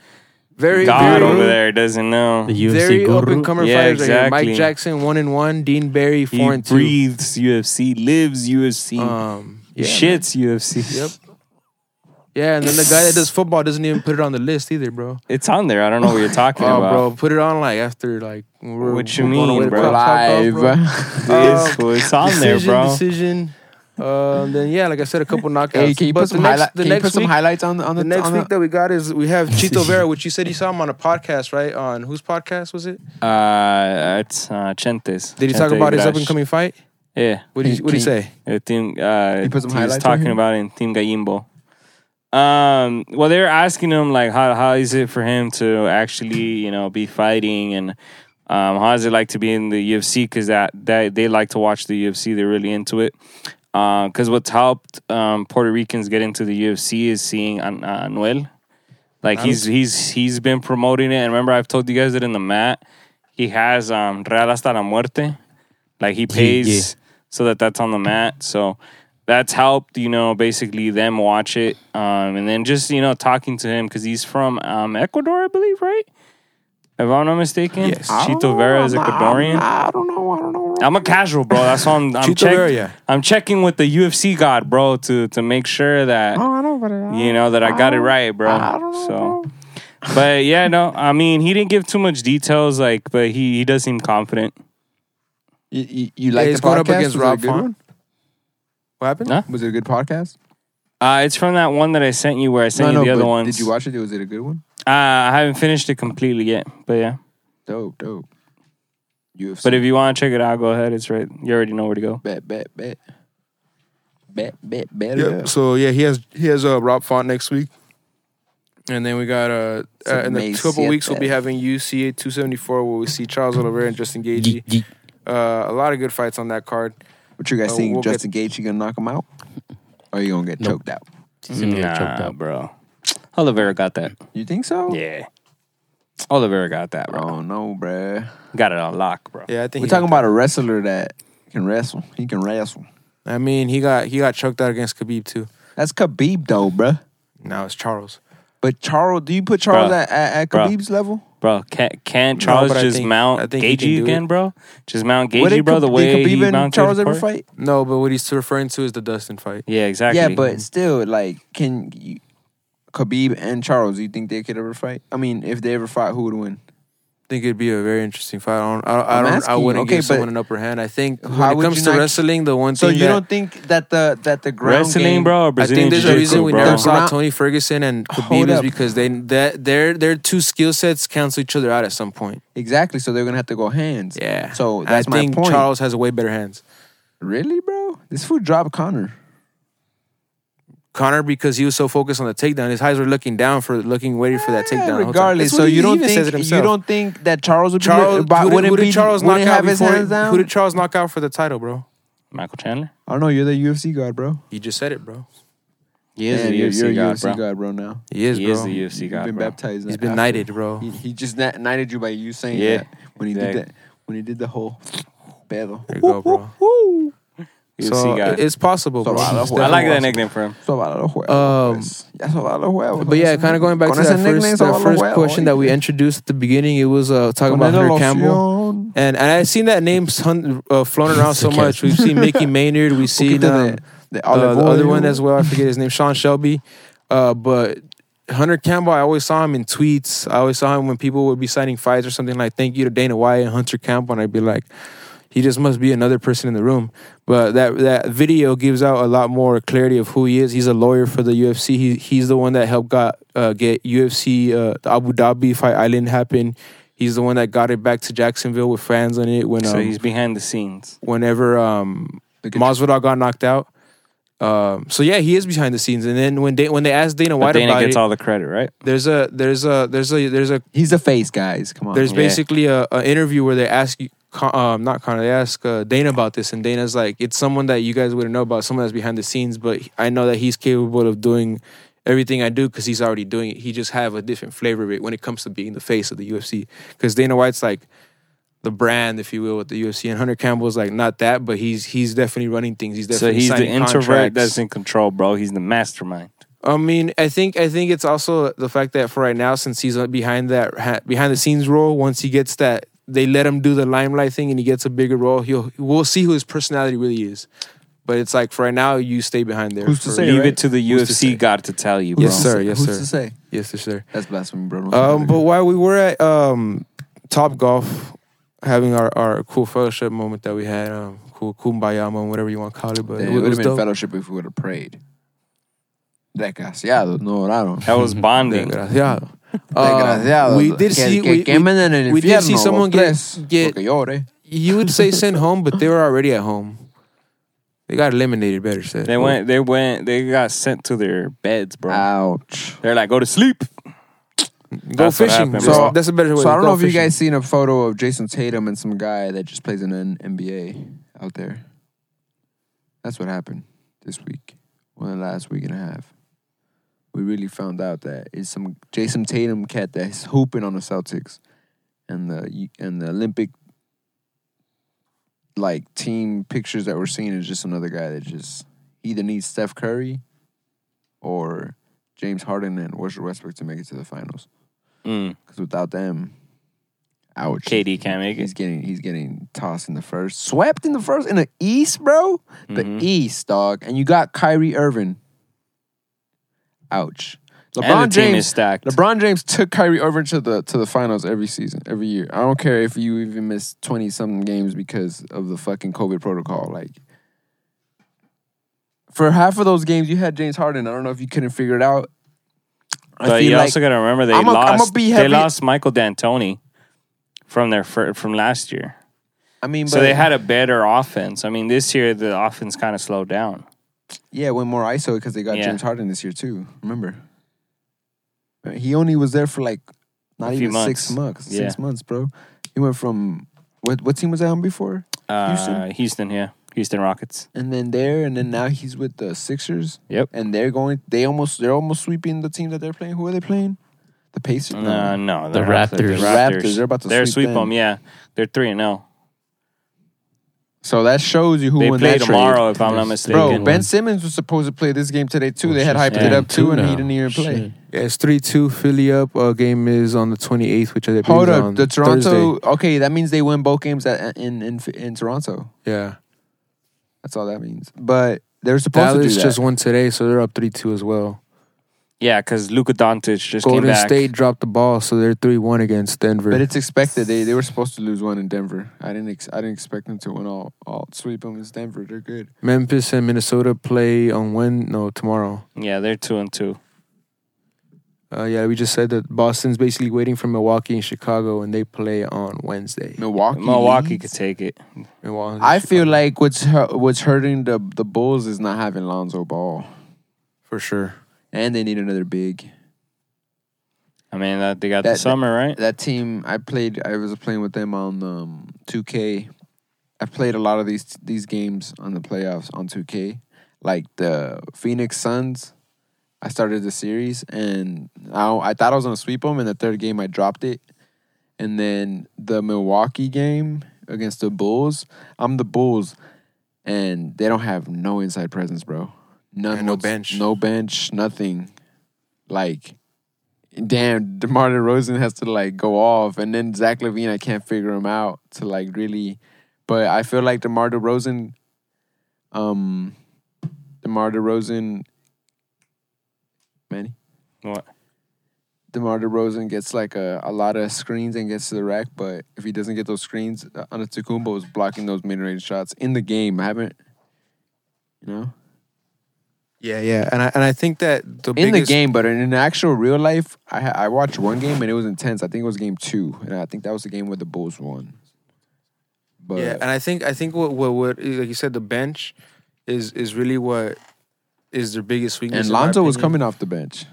S3: Very
S1: God
S3: very,
S1: over there doesn't know.
S2: The
S3: Very
S2: UFC
S3: up and
S2: guru.
S3: comer
S1: Yeah,
S3: fighters right here.
S1: exactly.
S3: Mike Jackson one and one. Dean Barry
S1: He
S3: four and two.
S1: breathes UFC, lives UFC,
S3: Um, yeah,
S1: shits UFC.
S3: Yep. Yeah, and then the guy that does football doesn't even put it on the list either, bro.
S1: It's on there. I don't know what you're talking
S3: Oh,
S1: about.
S3: bro, put it on like after like when we're,
S1: What you
S3: we're going
S1: mean,
S3: away to
S1: bro?
S3: Cup Talk, bro.
S4: Live.
S1: It's, it's on there,
S3: um, decision,
S1: bro.
S3: Decision. Um, then yeah, like I said, a couple knockouts.
S4: Hey, can you
S3: But
S4: put some
S3: the next,
S4: highlights?
S3: the
S4: Can you
S3: next
S4: put some
S3: week,
S4: highlights on the on the
S3: the next
S4: on the-
S3: week that we got is we have Chito Vera, which you said you saw him on a podcast, right? On whose podcast was it?
S1: Uh, it's uh, Chentes.
S3: Did he
S1: Chente
S3: talk about his
S1: Grash.
S3: up and coming fight?
S1: Yeah.
S3: What did
S4: Hey,
S3: he, what did he
S4: can
S3: say?
S1: Uh, team, uh,
S4: You put some
S1: he was
S4: highlights on
S1: talking
S4: him?
S1: about it in Team Gallimbo. Um, well, they were asking him like, how how is it for him to actually, you know, be fighting, and um, how does it like to be in the UFC? Because that that they like to watch the UFC, they're really into it. Because what's helped um, Puerto Ricans get into the UFC is seeing An- uh, Anuel. Like he's he's he's been promoting it, and remember I've told you guys that in the mat, he has um, Real hasta la muerte. Like he pays so that that's on the mat. So that's helped, you know, basically them watch it. Um, and then just, you know, talking to him because he's from um, Ecuador, I believe, right? If I'm not mistaken.
S3: Yes.
S1: Chito Vera is Ecuadorian.
S4: I don't know. I don't know.
S1: I'm a casual, bro. That's why I'm, I'm,
S3: Chito
S1: check-
S3: Vera, yeah.
S1: I'm checking with the UFC god, bro, to, to make sure that
S4: Oh, I don't know.
S1: you know that I got it right, bro. So, but yeah, no, I mean he didn't give too much details, like, but he he does seem confident.
S4: You, you, you like
S3: Yeah,
S4: the
S3: he's
S4: podcast?
S3: going up against
S4: was it a
S3: Rob
S4: good
S3: Font.
S4: one?
S3: What happened?
S1: Huh?
S4: Was it a good podcast?
S1: Uh, it's from that one that I sent you, where I sent you the other
S4: but
S1: ones.
S4: Did you watch it? Was it a good one?
S1: Uh, I haven't finished it completely yet, but yeah.
S4: Dope, dope. UFC.
S1: But if you want to check it out, go ahead. It's right. You already know where to go.
S4: bet, bet, bet, bet, bet, bet.
S3: Yep.
S4: it up.
S3: So yeah, he has he has uh, Rob Font next week. And then we got uh,
S4: So
S3: uh in
S4: May
S3: the couple weeks we'll be
S4: 7th.
S3: having UCA 274 where we see Charles Oliveira and Justin
S2: Yeet,
S3: Gagey.
S2: yeet.
S3: Uh, a lot of good fights on that card.
S4: What you guys
S3: Oh,
S4: think?
S3: we'll get-
S4: Justin Gaethje gonna knock him out? Or are you gonna get
S2: Nope.
S4: choked out?
S2: He's gonna get choked
S1: Nah,
S2: up.
S1: bro. Oliveira got that.
S4: You think so?
S1: Yeah. Oliveira got that, bro.
S4: Oh no, bruh.
S1: Got it on lock, bro.
S3: Yeah, I think
S4: We're
S3: he
S4: talking
S3: got
S4: about a wrestler that can wrestle. He can wrestle.
S3: that. I mean, he got he got choked out against Khabib too.
S4: That's Khabib though, bruh.
S3: Now it's Charles.
S4: But Charles, do you put Charles
S1: Bruh.
S4: at, at, at
S1: Bruh.
S4: Khabib's level?
S1: Bro, can't, can't Charles
S3: but I
S1: just
S3: think- I
S1: mount
S3: think he can
S1: Gagey
S3: do
S1: again,
S3: it.
S1: bro? Just mount Gagey,
S4: What did
S1: bro, the
S4: Khabib-
S1: way
S4: did
S1: he
S4: Khabib and
S1: mounted
S4: Charles ever
S1: Porter?
S4: fight?
S3: No, but what he's referring to is the Dustin fight.
S1: Yeah, exactly.
S4: Yeah, but still, like, can you, Khabib and Charles? Do you think they could ever fight? I mean, if they ever fought, who would win?
S3: think it'd be a very interesting fight. I don't. I, I
S4: I'm
S3: don't. I
S4: asking,
S3: wouldn't
S4: okay,
S3: give someone
S4: but
S3: an upper hand. I think when
S4: how
S3: it
S4: would
S3: comes
S4: you
S3: to
S4: not-
S3: wrestling, the one
S4: So
S3: thing
S4: you
S3: that,
S4: don't think that the that the ground
S1: wrestling,
S4: game,
S1: bro, or
S3: I
S1: Brazilian
S3: think there's a
S1: Jiu-Jitsu,
S3: reason we
S1: bro.
S3: never saw
S4: Ground-
S3: Tony Ferguson and
S4: Hold
S3: Khabib is
S4: up.
S3: because they that their their two skill sets cancel each other out at some point.
S4: Exactly. So they're gonna have to go hands. So
S3: And
S4: that's
S3: I think
S4: my point.
S3: Charles has way better hands.
S4: really, bro? This food dropped Connor.
S3: Connor because he was so focused on the takedown, his eyes were looking down for looking waiting for that
S4: Yeah,
S3: takedown. the whole time.
S4: regardless,
S3: That's
S4: so
S3: what he
S4: you don't
S3: even says
S4: think
S3: it
S4: you
S3: himself.
S4: don't think that Charles would be
S3: Charles
S4: but
S3: who did,
S4: wouldn't
S3: who did
S4: be
S3: Charles knock
S4: wouldn't
S3: out
S4: have his
S3: before?
S4: hands down?
S3: Who did Charles knock out for the title, bro?
S1: Michael Chandler?
S4: I don't know. You're the UFC god, bro.
S3: You just said it, bro.
S1: He is
S4: Man,
S1: the
S4: you're,
S1: UFC,
S4: you're a
S1: god,
S4: UFC
S1: bro.
S4: god, bro. Now
S3: He is,
S1: He
S3: bro.
S1: is the UFC
S4: You've
S1: god,
S4: been
S1: bro.
S4: baptized.
S3: He's been
S4: after.
S3: knighted, bro.
S4: He, he just kn- knighted you by you saying
S1: Yeah,
S4: that when he
S1: exactly.
S4: did that when he did the whole pedo.
S3: There you go, bro.
S1: UFC
S3: so
S1: god.
S3: it's possible,
S4: So
S3: bro.
S4: I love-
S3: It's
S1: I like that
S3: definitely
S1: nickname for him.
S4: Sobala los huevos.
S3: Um,
S4: pues. Ya sobala los huevos.
S3: But yeah, kind of going back to that first, that first question that we entroduced at the beginning, it was uh, talking about Hunter Campbell. And, and I've seen that name hun- uh, flown around so much. We've seen Mickey Maynard. We've seen um,
S4: the,
S3: uh, the other one
S4: that's
S3: as well. I forget his name, Sean Shelby. Uh, but Hunter Campbell, I always saw him in tweets. I always saw him when people would be signing fights or something like "Thank you to Dana White and Hunter Campbell," and I'd be like, "He just must be another person in the room." But that that video gives out a lot more clarity of who he is. He's a lawyer for the UFC. He he's the one that helped got uh, get UFC uh, the Abu Dhabi Fight Island happen. He's the one that got it back to Jacksonville with fans on it when
S1: So
S3: um,
S1: he's behind the scenes.
S3: whenever um,
S4: Look at
S3: Masvidal got knocked out. Um, so yeah, he is behind the scenes. And then when they, when they asked Dana
S1: But
S3: White
S1: Dana
S3: about
S1: gets
S3: it,
S1: all the credit, right?
S3: there's a there's a there's a there's a
S4: He's the face, guys. Come on.
S3: there's
S1: Yeah.
S3: basically a, a interview where they ask you. Con- Um, not Connor. They ask uh, Dana about this, and Dana's like, "It's someone that you guys wouldn't know about, someone that's behind the scenes, but I know that he's capable of doing everything I do because he's already doing it. He just have a different flavor of it when it comes to being the face of the UFC. Because Dana White's like the brand, if you will, with the UFC, and Hunter Campbell's like not that, but he's he's definitely running things. He's
S1: So
S3: definitely
S1: he's the
S3: signing
S1: introvert
S3: contracts.
S1: that's in control, bro. He's the mastermind.
S3: I mean, I think I think it's also the fact that for right now, since he's uh, behind that ha- behind the scenes role, once he gets that, they let him do the limelight thing, and he gets a bigger role. He'll we'll see who his personality really is. But it's like for right now, you stay behind there.
S4: Who's to
S3: for-
S4: say?
S1: Leave
S4: right?
S1: it to the
S3: Who's to say?
S1: UFC god to tell you, bro.
S3: Yes, sir. Yes,
S4: Who's
S3: sir.
S4: to say?
S3: Yes, sir.
S4: That's blasphemy, bro. Don't
S3: Um,
S4: say
S3: but
S4: that.
S3: while we were at um, Top Golf, having our, our cool fellowship moment that we had, um, cool kumbaya moment, whatever you want to call it, but
S4: Damn,
S3: it,
S4: it would
S3: was
S4: have been
S3: dope.
S4: fellowship if we would have prayed. Desgraciados, no oraron.
S1: That was bonding.
S3: Desgraciado.
S4: Desgraciados.
S3: Uh, we did
S4: Ah, que,
S3: see
S4: que
S3: we, we,
S4: quemen en el
S3: we did see
S4: infierno los
S3: someone get-
S4: tres,
S3: get-
S4: porque llore.
S3: you would say sent home, but they were already at home. They got eliminated, better said.
S1: They went. They went. They got sent to their beds, bro.
S4: Ah. Ouch.
S1: They're like, go to sleep.
S3: Go
S1: That's what
S3: fishing.
S1: happened,
S3: so
S4: bro.
S3: that's a better way.
S4: So I don't
S3: Go
S4: know if you
S3: fishing.
S4: guys seen a photo of Jason Tatum and some guy that just plays in an NBA out there. That's what happened this week, or the last week and a half. We really found out that it's some Jason Tatum cat that's hooping on the Celtics, and the and the Olympic like team pictures that we're seeing is just another guy that just either needs Steph Curry or James Harden and Russell Westbrook to make it to the finals.
S1: Mm.
S4: Because without them, ouch.
S1: KD can't make
S4: He's
S1: it.
S4: getting he's getting tossed in the first, swept in the first in the East, bro. The
S1: Mm-hmm.
S4: East, dog. And you got Kyrie Irving. Ouch. LeBron
S1: and the team is
S4: James.
S1: stacked.
S4: LeBron James took Kyrie Irving to the to the finals every season, every year. I don't care if you even miss twenty something games because of the fucking COVID protocol. Like for half of those games, you had James Harden. I don't know if you couldn't figure it out. I
S1: But
S4: feel
S1: you
S4: like-
S1: also got to remember they
S4: I'm a- I'm a
S1: lost.
S4: be
S1: they
S4: heavy-
S1: lost Michael D'Antoni from their fir- from last year.
S4: I mean,
S1: So
S4: but-
S1: they had a better offense. I mean, this year the offense kind of slowed down.
S4: Yeah, it went more ISO because they got
S1: Yeah.
S4: James Harden this year too. Remember? Uh, He only was there for like not
S1: A few
S4: even
S1: months.
S4: six months. Six
S1: Yeah.
S4: months, bro. He went from what what team was I on before?
S1: Uh, Houston?
S4: Houston?
S1: yeah. Houston Rockets.
S4: And then there, and then now he's with the Sixers.
S1: Yep.
S4: And they're going. They almost. They're almost sweeping the team that they're playing. Who are they playing? The Pacers.
S1: No, no,
S2: The
S1: they're-
S2: Raptors.
S1: The
S4: Raptors, they're about to
S1: they're
S4: sweep
S1: sweep
S4: them.
S1: them. Yeah, they're three and zero.
S4: So that shows you who
S1: They
S4: won
S1: play
S4: that
S1: tomorrow,
S4: trade.
S1: if I'm not
S2: Yes.
S1: mistaken.
S2: Bro,
S4: Bro, Ben Simmons was supposed to play this game today too.
S1: Oh,
S4: they had hyped it
S2: Yeah.
S4: up too, and he
S2: now.
S4: didn't even play.
S2: Shit.
S3: Yeah, it's three two. Philly up. Uh, game is on the twenty eighth, which I believe
S4: Hold
S3: is
S4: up,
S3: on
S4: the Toronto.
S3: Thursday.
S4: Okay, that means they win both games at, in in in Toronto.
S3: Yeah,
S4: That's all that means. But they're supposed
S3: Dallas
S4: to do that.
S3: just won today, so they're up three two as well.
S1: yeah, because Luka Doncic just came
S3: Golden
S1: back.
S3: State dropped the ball, so they're three one against Denver.
S4: but it's expected. They they were supposed to lose one in Denver. I didn't ex- I didn't expect them to win all all sweep them. It's Denver. They're good.
S3: Memphis and Minnesota play on when? No, tomorrow.
S1: Yeah, they're two and two.
S3: Uh, yeah, we just said that Boston's basically waiting for Milwaukee and Chicago, and they play on Wednesday.
S4: Milwaukee.
S1: Milwaukee
S4: leads?
S1: could take it.
S3: Milwaukee,
S4: I
S3: Chicago.
S4: feel like what's hu- what's hurting the the Bulls is not having Lonzo Ball,
S3: for sure.
S4: and they need another big.
S1: I mean, that, they got
S4: That-
S1: the summer right.
S4: that team I played I was playing with them on um 2K. I played a lot of these these games on the playoffs on 2K. Like the Phoenix Suns, I started the series and I I thought I was going to sweep them in the third game I dropped it. And then the Milwaukee game against the Bulls, I'm the Bulls and they don't have no inside presence, bro. None
S3: And no
S4: whats-
S3: bench.
S4: No bench, nothing. Like damn, DeMar DeRozan has to like go off, and then Zach Levine, I can't figure him out to like really. But I feel like DeMar DeRozan, um, DeMar DeRozan, Manny,
S1: What?
S4: DeMar DeRozan gets like a, a lot of screens and gets to the rack, but if he doesn't get those screens, uh, Antetokounmpo is blocking those mid-range shots in the game. I haven't, you know.
S3: Yeah, yeah, and I and I think that the
S4: in the
S3: biggest-
S4: game, but in actual real life, I ha- I watched one game and it was intense. I think it was game two, and I think that was the game where the Bulls won. But
S3: yeah, and I think I think what what what like you said, the bench is is really what is their biggest weakness.
S4: and
S3: in my
S4: Lonzo was
S3: opinion.
S4: coming off the bench,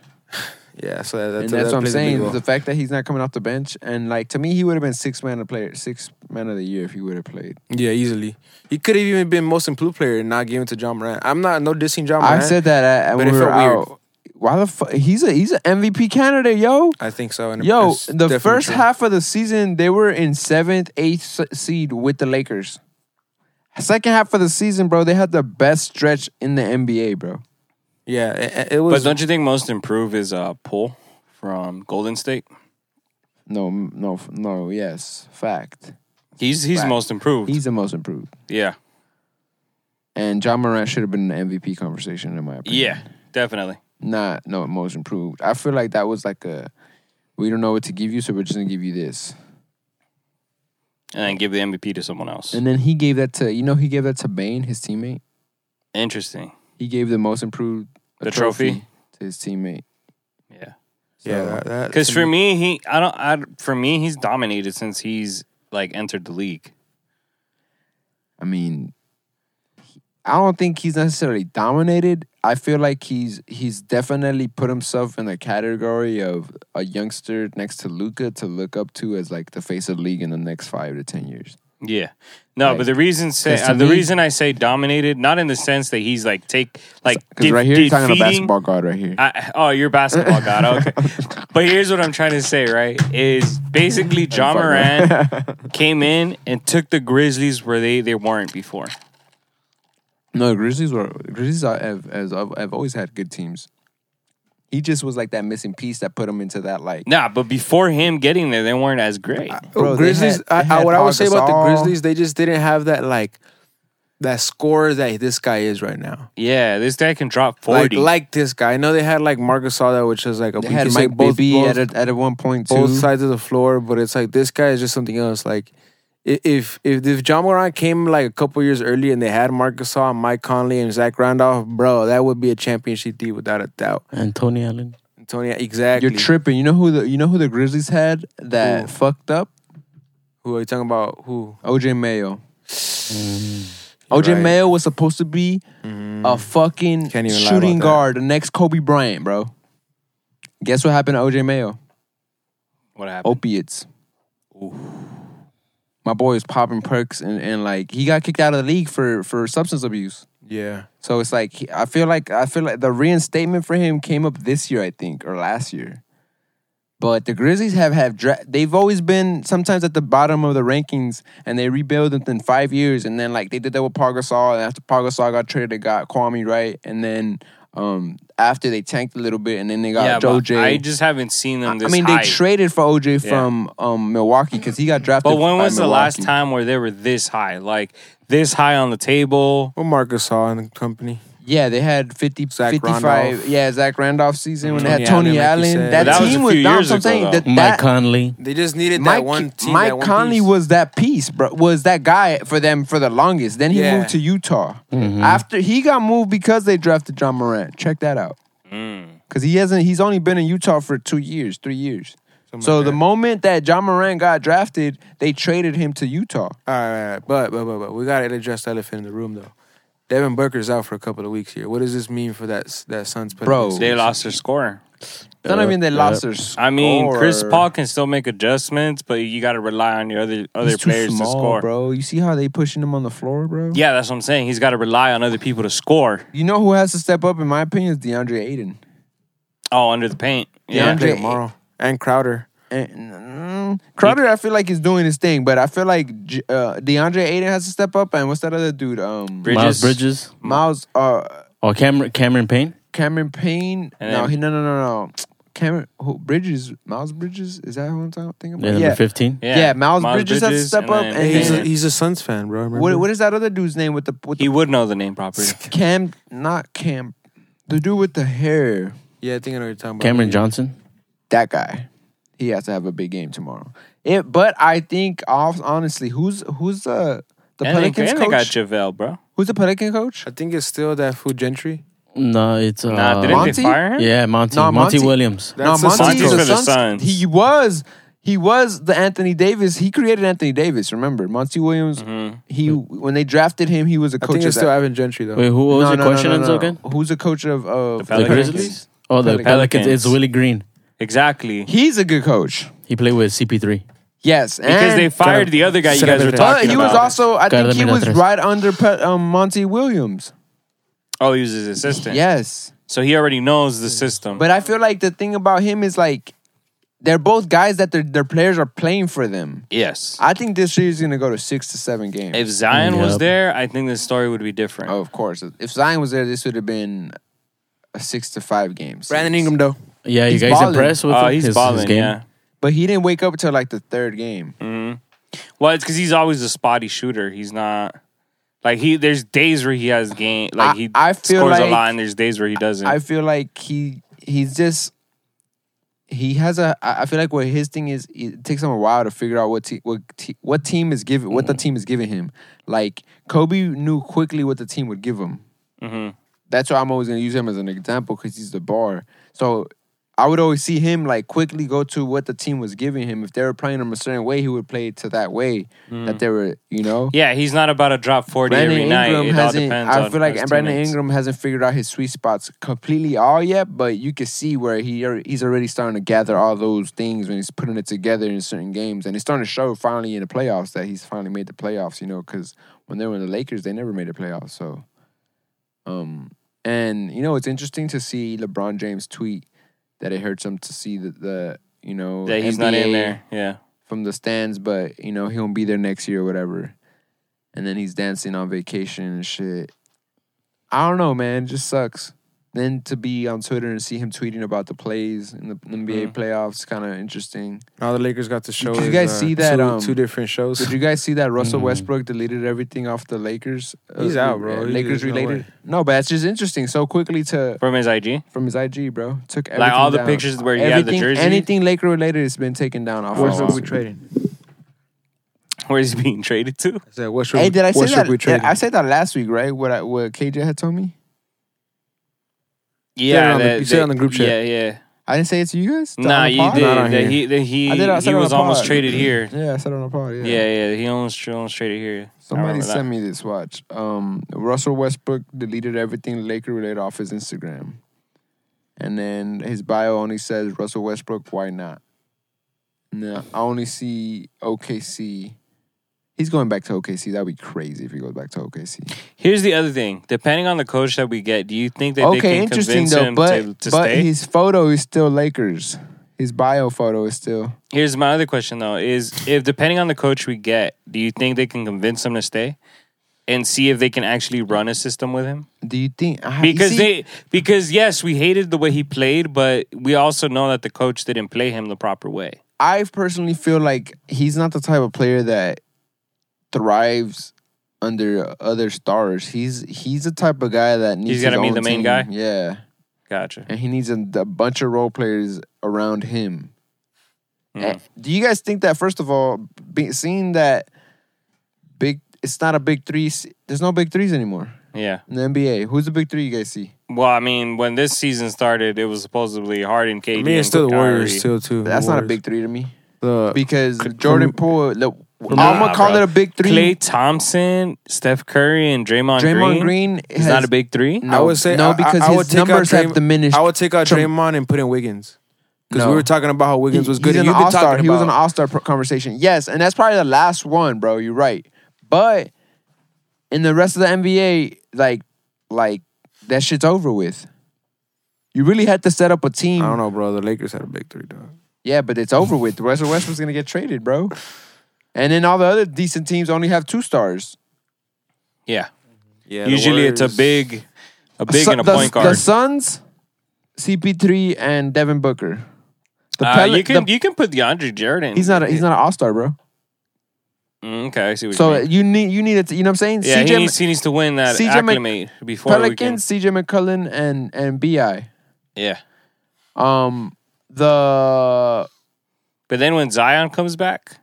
S3: Yeah, so that,
S4: and
S3: that-
S4: that's
S3: that
S4: what I'm
S3: plays a big
S4: saying.
S3: role.
S4: The fact that he's not coming off the bench, and like to me, he would have been six man of player, six man of the year if he would have played.
S3: Yeah, easily. He could have even been most improved player and not given to John Moran. I'm not no dissing John Moran.
S4: I said that at,
S3: Oh, but
S4: when
S3: it
S4: we were
S3: felt weird.
S4: out. Why the fuck? He's a he's an MVP candidate, yo.
S3: I think so. And
S4: Yo,
S3: it's
S4: the
S3: definitely
S4: first
S3: true.
S4: half of the season, they were in seventh, eighth s- seed with the Lakers. Second half of the season, bro, they had the best stretch in the NBA, bro.
S3: Yeah, it, it
S1: But
S3: was.
S1: don't you think most improved is uh, Poole from Golden State?
S4: No, m- no, f- no, yes, fact.
S1: He's he's
S4: Right.
S1: most improved.
S4: He's the most improved.
S1: yeah,
S4: And John Morant should have been in the MVP conversation, in my opinion.
S1: yeah, definitely.
S4: Not, no, most improved. I feel like that was like a, we don't know what to give you, so we're just going to give you this.
S1: And then give the MVP to someone else.
S4: And then he gave that to, you know, he gave that to Bain, his teammate.
S1: Interesting.
S4: He gave the most improved a
S1: The trophy?
S4: to his teammate.
S1: Yeah.
S3: yeah,
S4: So-
S3: that, that,
S1: Because for me, he I don't I for me he's dominated since he's like entered the league.
S4: I mean, I don't think he's necessarily dominated. I feel like he's he's definitely put himself in the category of a youngster next to Luca to look up to as like the face of the league in the next five to ten years.
S1: Yeah. No,
S4: Right.
S1: but the reason say
S4: 'Cause to
S1: uh, the
S4: me-
S1: reason I say dominated, not in the sense that he's like take like
S4: Because
S1: de-
S4: right here, you're talking about
S1: defeating-
S4: basketball guard right here.
S1: I, oh, you're a basketball god. Okay. but here's what I'm trying to say, right? Is basically John Moran came in and took the Grizzlies where they, they weren't before.
S4: no, Grizzlies were Grizzlies are, have, as I've, have always had good teams. He just was like that missing piece that put him into that like.
S1: Nah, but before him getting there, they weren't as great.
S4: Bro,
S3: Oh,
S4: they
S3: Grizzlies.
S4: had- they
S3: I, I,
S4: had
S3: what I would
S4: Pau
S3: say about
S4: Gasol.
S3: the Grizzlies, they just didn't have that like that score that this guy is right now.
S1: Yeah, this guy can drop
S3: Like,
S1: 40.
S3: like this guy. I know they had like Marcus that, which is like a
S4: They
S3: you
S4: had
S3: could say
S4: Mike Bibby at a, at a one point
S3: both
S4: two.
S3: sides of the floor, but it's like this guy is just something else. Like i- if if if John Moran came like a couple years early and they had Marcus Gasol, Mike Conley, and Zach Randolph, bro, that would be a championship team without a doubt.
S2: And Tony Allen.
S3: Antonio, exactly.
S4: You're tripping. You know who the you know who the Grizzlies had that fucked up?
S3: Who are you talking about? Who?
S4: OJ Mayo. OJ
S3: Mm. right. Mm.
S4: Mayo was supposed to be a fucking
S3: Can't even lie
S4: shooting
S3: about that.
S4: guard, the next Kobe Bryant, bro. Guess what happened to OJ Mayo? oh
S1: What happened?
S4: Opiates. My boy was popping perks and, and like he got kicked out of the league for for substance abuse.
S3: Yeah.
S4: So it's like he- I feel like I feel like the reinstatement for him came up this year, I think, or last year. But the Grizzlies have have dra- they've always been sometimes at the bottom of the rankings, and they rebuild within five years, and then like they did that with Paul Gasol, and after Paul Gasol got traded, they got Kwame right, and then um after they tanked a little bit, and then they got
S1: yeah,
S4: Joe
S1: but I
S4: J.
S1: just haven't seen
S4: I
S1: them. This
S4: mean, they
S1: high.
S4: traded for OJ from um Milwaukee because he got drafted.
S1: But when
S4: by
S1: was the last
S4: Milwaukee.
S1: time where they were this high? Like this high on the table?
S3: Well, Marcus Hall and the company.
S4: Yeah, they had 50,
S3: Zach
S4: 55.
S3: Randolph.
S4: Yeah, Zach Randolph season when they had
S3: Tony
S4: Tony
S3: Allen, like you
S4: Allen.
S3: said. But
S4: That,
S3: that was a
S4: team
S1: few
S4: was,
S1: years
S4: that's what I'm
S1: ago,
S4: saying.
S1: though.
S4: That,
S2: Mike
S4: that-
S2: Conley.
S3: They just needed
S4: Mike,
S3: that one team.
S4: Mike
S3: that one
S4: Conley
S3: piece.
S4: was that piece, bro. Was that guy for them for the longest. Then he
S3: Yeah.
S4: moved to Utah.
S1: Mm-hmm.
S4: After he got moved because they drafted John Morant. Check that out.
S1: Mm.
S4: Because he hasn't. He's only been in Utah for two years, three years. so
S3: like
S4: the
S3: that.
S4: moment that John Morant got drafted, they traded him to Utah.
S3: All right, all right, but but but, but we got to address the elephant in the room though. Devin Booker's out for a couple of weeks here. What does this mean for that s- that Suns?
S4: Bro.
S1: They lost their scorer.
S4: That don't
S2: Yep,
S4: mean they
S2: yep.
S4: lost their score.
S1: I mean, Chris Paul can still make adjustments, but you got to rely on your other other
S4: He's too
S1: players
S4: small,
S1: to score.
S4: bro. You see how they pushing him on the floor, bro.
S1: Yeah, that's what I'm saying. He's got to rely on other people to score.
S4: You know who has to step up, in my opinion, is DeAndre Aiden.
S1: Oh, under the paint. Yeah.
S4: DeAndre-
S3: play tomorrow and Crowder.
S4: And, mm, Crowder, I feel like is doing his thing, but I feel like J- uh, DeAndre Aiden has to step up. And what's that other dude? Um,
S1: Bridges.
S2: Miles Bridges.
S4: Miles, uh,
S2: Or Cameron Cameron Payne.
S4: Cameron Payne.
S1: And
S4: no,
S1: then-
S4: he, no, no, no, no. Cameron who, Bridges, Miles Bridges. Is that who I'm talking thinking
S2: Yeah,
S4: about?
S2: number fifteen.
S4: Yeah, Miles Bridges has to step up
S1: then-
S4: and
S3: Hey, he's, a,
S4: then-
S3: he's a Suns fan, bro. Remember?
S4: What, what is that other dude's name with the with
S1: he
S4: the
S1: would know the name properly.
S4: Cam? Not Cam. The dude with the hair.
S3: yeah, I think I know what you're talking about.
S2: Cameron Johnson.
S4: that guy. He has to have a big game tomorrow. It, but I think off, honestly, who's who's the the
S1: and they,
S4: Pelicans
S1: and they got
S4: coach?
S1: JaVale, bro.
S4: Who's the Pelican coach?
S3: I think it's still that food Gentry.
S2: No, it's uh,
S1: nah, didn't
S4: Monty?
S1: they fire him?
S2: yeah, Monty,
S4: No,
S2: Monty.
S4: Monty.
S2: Williams.
S3: That's the Suns
S1: Monty's
S3: coach.
S1: for the Suns.
S4: He was he was the Anthony Davis. He created Anthony Davis. Remember Monty Williams?
S1: Mm-hmm.
S4: He when they drafted him, he was a
S3: I
S4: coach.
S3: think
S4: of
S3: it's still
S4: that-
S3: Evan Gentry though.
S2: Wait, who
S4: No,
S2: was
S4: no,
S2: your
S4: no,
S2: question
S4: no, no, no.
S2: again?
S4: Who's the coach of of
S1: The
S2: The
S1: Pelicans.
S2: Grizzlies. Oh, the
S4: Pelicans.
S2: Pelicans. It's
S1: Pelicans.
S2: Willie Green.
S1: Exactly.
S4: He's a good coach.
S2: He played with CP3.
S4: Yes, and
S1: Because they fired
S3: Gotta-
S1: the other guy you
S3: Gotta-
S1: guys were
S3: But
S4: But
S1: talking
S4: Oh, he was
S1: about.
S4: also, I
S2: Gotta
S4: think he
S2: admit
S4: was
S2: that.
S4: right under Pe- um, Monty Williams.
S1: oh, he was his assistant.
S4: Yes.
S1: So he already knows the system.
S4: But I feel like the thing about him is like they're both guys that their their players are playing for them.
S1: yes.
S4: I think this series is gonna go to six to seven games.
S1: If Zion was
S2: Yep.
S1: there, I think the story would be different.
S4: oh, of course. If Zion was there, this would have been a six to five game. series.
S3: Brandon Ingram though.
S2: Yeah, you
S4: He's
S2: guys
S4: balling.
S2: impressed with
S1: Oh,
S2: him?
S1: he's
S2: his,
S1: balling,
S2: his game?
S1: yeah.
S4: but he didn't wake up until like the third game.
S1: Well, it's because he's always a spotty shooter. He's not like he. There's days where he has game, like he
S4: I- I feel
S1: scores a
S4: like-
S1: lot, and there's days where he doesn't.
S4: I feel like he he's just he has a. I I feel like what his thing is, it takes him a while to figure out what te- what te- what team is giving what the team is giving him. Like Kobe knew quickly what the team would give him. That's why I'm always gonna use him as an example because he's the bar. So I would always see him like quickly go to what the team was giving him. If they were playing him a certain way, he would play it to that way
S1: Mm-hmm.
S4: that they were. You know,
S1: yeah, he's not about to drop forty every night. It all
S4: hasn't.
S1: depends.
S4: I
S1: on
S4: feel like
S1: his
S4: Brandon
S1: teammates.
S4: Ingram hasn't figured out his sweet spots completely all yet, but you can see where he al- he's already starting to gather all those things when he's putting it together in certain games, and it's starting to show finally in the playoffs that he's finally made the playoffs. You know, because when they were in the Lakers, they never made the playoffs. So, um, and you know, it's interesting to see LeBron James tweet that it hurts him to see that the you know
S1: That he's not in
S4: NBA
S1: there. Yeah,
S4: from the stands, but you know he won't be there next year or whatever. And then he's dancing on vacation and shit. I don't know, man. It just sucks. Then to be on Twitter and see him tweeting about the plays in the
S1: Mm-hmm.
S4: NBA playoffs, kind of interesting.
S3: Now the Lakers got to show.
S4: Did you
S3: is,
S4: guys
S3: uh,
S4: see that,
S3: Two,
S4: um,
S3: two different shows.
S4: Did you guys see that
S1: Mm-hmm.
S4: Russell Westbrook deleted everything off the Lakers? uh,
S3: He's out, bro.
S4: uh,
S3: He-
S4: Lakers
S3: there's no
S4: related.
S3: way.
S4: No, but that's just interesting. So quickly to
S1: from his IG.
S4: from his IG, bro. Took everything
S1: Like all the
S4: down.
S1: pictures where he had the
S4: everything,
S1: jersey?
S4: Anything Laker related has been taken down off.
S3: What's
S4: of
S3: up
S4: us.
S3: we trading?
S1: Where is he being traded to?
S3: I said, what's
S4: Hey, did I say
S3: what's
S4: that?
S3: We
S4: did
S3: trading?
S4: I said that last week, right? What I, what KJ had told me.
S3: Yeah, on the- you said
S1: that-
S3: on the group chat.
S1: Yeah, yeah.
S4: I didn't say it to you guys. To-
S1: Nah,
S4: on the
S1: you
S4: pod?
S1: did.
S3: Not on
S1: That
S3: here.
S1: he, that he,
S4: I did, I said
S1: he
S4: on
S1: was
S4: the
S1: almost
S4: pod.
S1: traded here.
S4: Yeah, I said it on the pod. Yeah.
S1: Yeah, yeah. He almost, almost traded here. I
S4: Somebody
S1: remember that.
S4: sent me this watch. Um, Russell Westbrook deleted everything Laker related off his Instagram, And then his bio only says Russell Westbrook, why not? No, I only see OKC. He's going back to OKC. That'd be crazy if he goes back to OKC.
S1: Here's the other thing. Depending on the coach that we get, do you think that they
S4: okay,
S1: can
S4: interesting
S1: convince
S4: though,
S1: him
S4: but
S1: to, to
S4: but
S1: stay?
S4: his photo is still Lakers. His bio photo is still
S1: Here's my other question though: Is if depending on the coach we get, do you think they can convince him to stay and see if they can actually run a system with him?
S4: Do you think ah, you
S1: Because
S4: see-
S1: they because yes, we hated the way he played, but we also know that the coach didn't play him the proper way.
S4: I personally feel like he's not the type of player that thrives under other stars. He's he's the type of guy that needs.
S1: He's gotta
S4: his
S1: be
S4: own
S1: the main
S4: team.
S1: guy?
S4: Yeah,
S1: Gotcha.
S4: and he needs a, a bunch of role players around him.
S1: Mm.
S4: Eh, Do you guys think that first of all, be, seeing that big, it's not a big three. s- There's no big threes anymore
S1: Yeah.
S4: in the NBA. Who's the big three you guys see?
S1: Well, I mean, when this season started, it was supposedly Harden, KD,
S3: I mean,
S1: and
S3: it's still the Warriors
S1: Kyrie.
S3: still too.
S4: That's
S3: The
S4: not a
S3: Warriors. Uh,
S4: big three to me
S3: The-
S4: because
S3: Could-
S4: Jordan
S3: could-
S4: Poole. look,
S1: Nah,
S4: I'm gonna call
S1: bro.
S4: it a big three.
S1: Clay Thompson, Steph Curry, and Draymond,
S4: Draymond
S1: Green.
S4: Green
S1: is
S4: has-
S1: not a big three.
S4: No,
S3: I would say
S4: no
S3: I-
S4: because
S3: I, I
S4: his
S3: would take out
S4: numbers
S3: Draym-
S4: have diminished.
S3: I would take out
S4: Trem-
S3: Draymond and put in Wiggins because
S4: No.
S3: we were talking about how Wiggins was
S4: He-
S3: good.
S4: He's
S3: and
S4: an
S3: you've been
S4: all
S3: talking
S4: star.
S3: about
S4: He was an all star conversation. Yes, and that's probably the last one, bro. You're right. But in the rest of the NBA, like, like that shit's over with. You really had to set up a team.
S3: I don't know, bro. The Lakers had a big three, dog.
S4: Yeah, but it's over with. Russell Westbrook's gonna get traded, bro. And then all the other decent teams only have two stars.
S1: Yeah.
S3: Yeah,
S1: Usually it's a big, a big
S4: Su-
S1: and a
S4: the,
S1: point
S4: The
S1: guard.
S4: Suns, CP3, and Devin Booker. The
S1: Uh,
S4: Pel-
S1: you can
S4: the-
S1: you can put DeAndre Jordan.
S4: he's not. A, he's not an all star, bro.
S1: Mm, okay, I see what
S4: So uh,
S1: you mean.
S4: you need you need it. To, you know what I'm saying?
S1: Yeah, he
S4: CJ
S1: needs, he needs to win that
S4: CJ Mc-
S1: acclimate before we can.
S4: Pelicans, CJ McCullen, and and Bi.
S1: Yeah,
S4: Um, the
S1: but then when Zion comes back,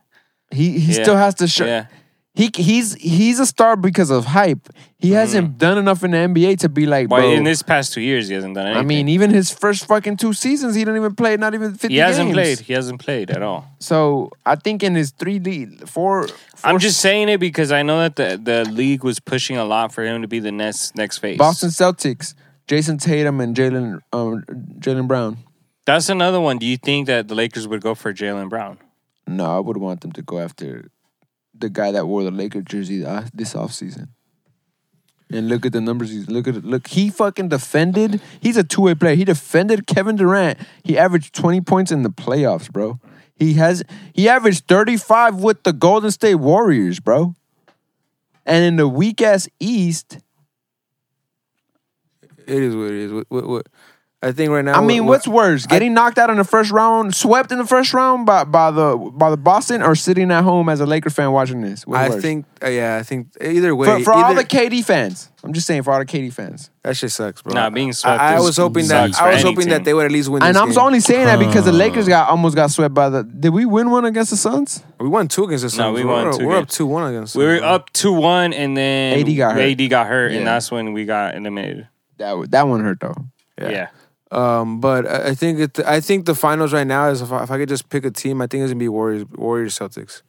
S4: he he
S1: Yeah.
S4: still has to show.
S1: yeah,
S4: He he's he's a star because of hype. He
S1: Mm-hmm.
S4: hasn't done enough in the NBA to be like.
S1: but
S4: bro,
S1: in this past two years he hasn't done anything.
S4: I mean, even his first fucking two seasons, he didn't even play. Not even fifty.
S1: he hasn't
S4: games.
S1: played. He hasn't played at all.
S4: So I think in his three D four.
S1: I'm just saying it because I know that the the league was pushing a lot for him to be the next next face.
S4: Boston Celtics, Jason Tatum and Jalen um, Jalen Brown.
S1: That's another one. Do you think that the Lakers would go for Jalen Brown?
S4: No, I would want them to go after the guy that wore the Laker jersey uh, this offseason. And look at the numbers. He's look at look. He fucking defended. He's a two way player. He defended Kevin Durant. He averaged twenty points in the playoffs, bro. He has he averaged thirty five with the Golden State Warriors, bro. And in the weak ass East,
S3: It is what it is. What, what, what- I think right now.
S4: I
S3: what-
S4: mean,
S3: what-
S4: what's worse, getting knocked out in the first round, swept in the first round by, by the by the Boston, or sitting at home as a Laker fan watching this? What's
S3: I
S4: worse?
S3: think. uh, yeah, I think either way.
S4: for, for all
S3: either-
S4: the KD fans. I'm just saying for all the KD fans.
S3: that shit sucks, bro.
S1: Nah, being swept
S3: I, I
S1: is-
S3: was hoping that
S1: sucks for
S3: I was
S1: any
S3: hoping
S1: team.
S3: that they would at least win.
S4: And
S3: this
S4: I'm
S3: game.
S4: only saying that because the Lakers got almost got swept by the. Did we win one against the Suns?
S3: we won two against the Suns.
S1: No, we won
S3: We're,
S1: two
S3: we're up
S1: games.
S3: two one against. the
S1: We were
S3: Suns.
S1: up two one, and then
S4: AD got hurt.
S1: AD got hurt,
S4: Yeah.
S1: and that's when we got eliminated.
S4: That w- that one hurt though.
S1: Yeah. yeah.
S3: Um, but I I think it, I think the finals right now is if I, if I could just pick a team, I think it's gonna be Warriors, Warriors, Celtics.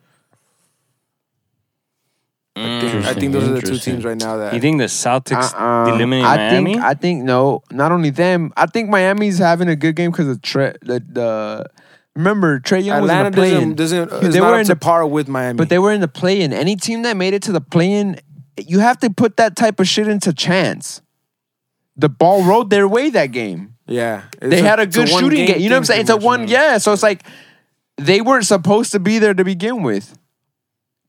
S3: I think, I think those are the two
S2: Interesting,
S3: teams right now that
S1: You think the Celtics
S4: Uh-uh.
S1: eliminated
S4: I
S1: Miami?
S4: think I think no. Not only them. I think Miami's having a good game because of Tre, the, the Remember Trey Young
S3: Atlanta
S4: was in the play-in.
S3: doesn't doesn't
S4: They
S3: is not
S4: were
S3: up
S4: in
S3: to
S4: the-
S3: par with Miami.
S4: But they were in the play in. Any team that made it to the play in, you have to put that type of shit into chance. The ball rolled their way that game.
S3: yeah,
S4: They had a good shooting game. You know what I'm saying? It's a one, yeah. So it's like they weren't supposed to be there to begin with.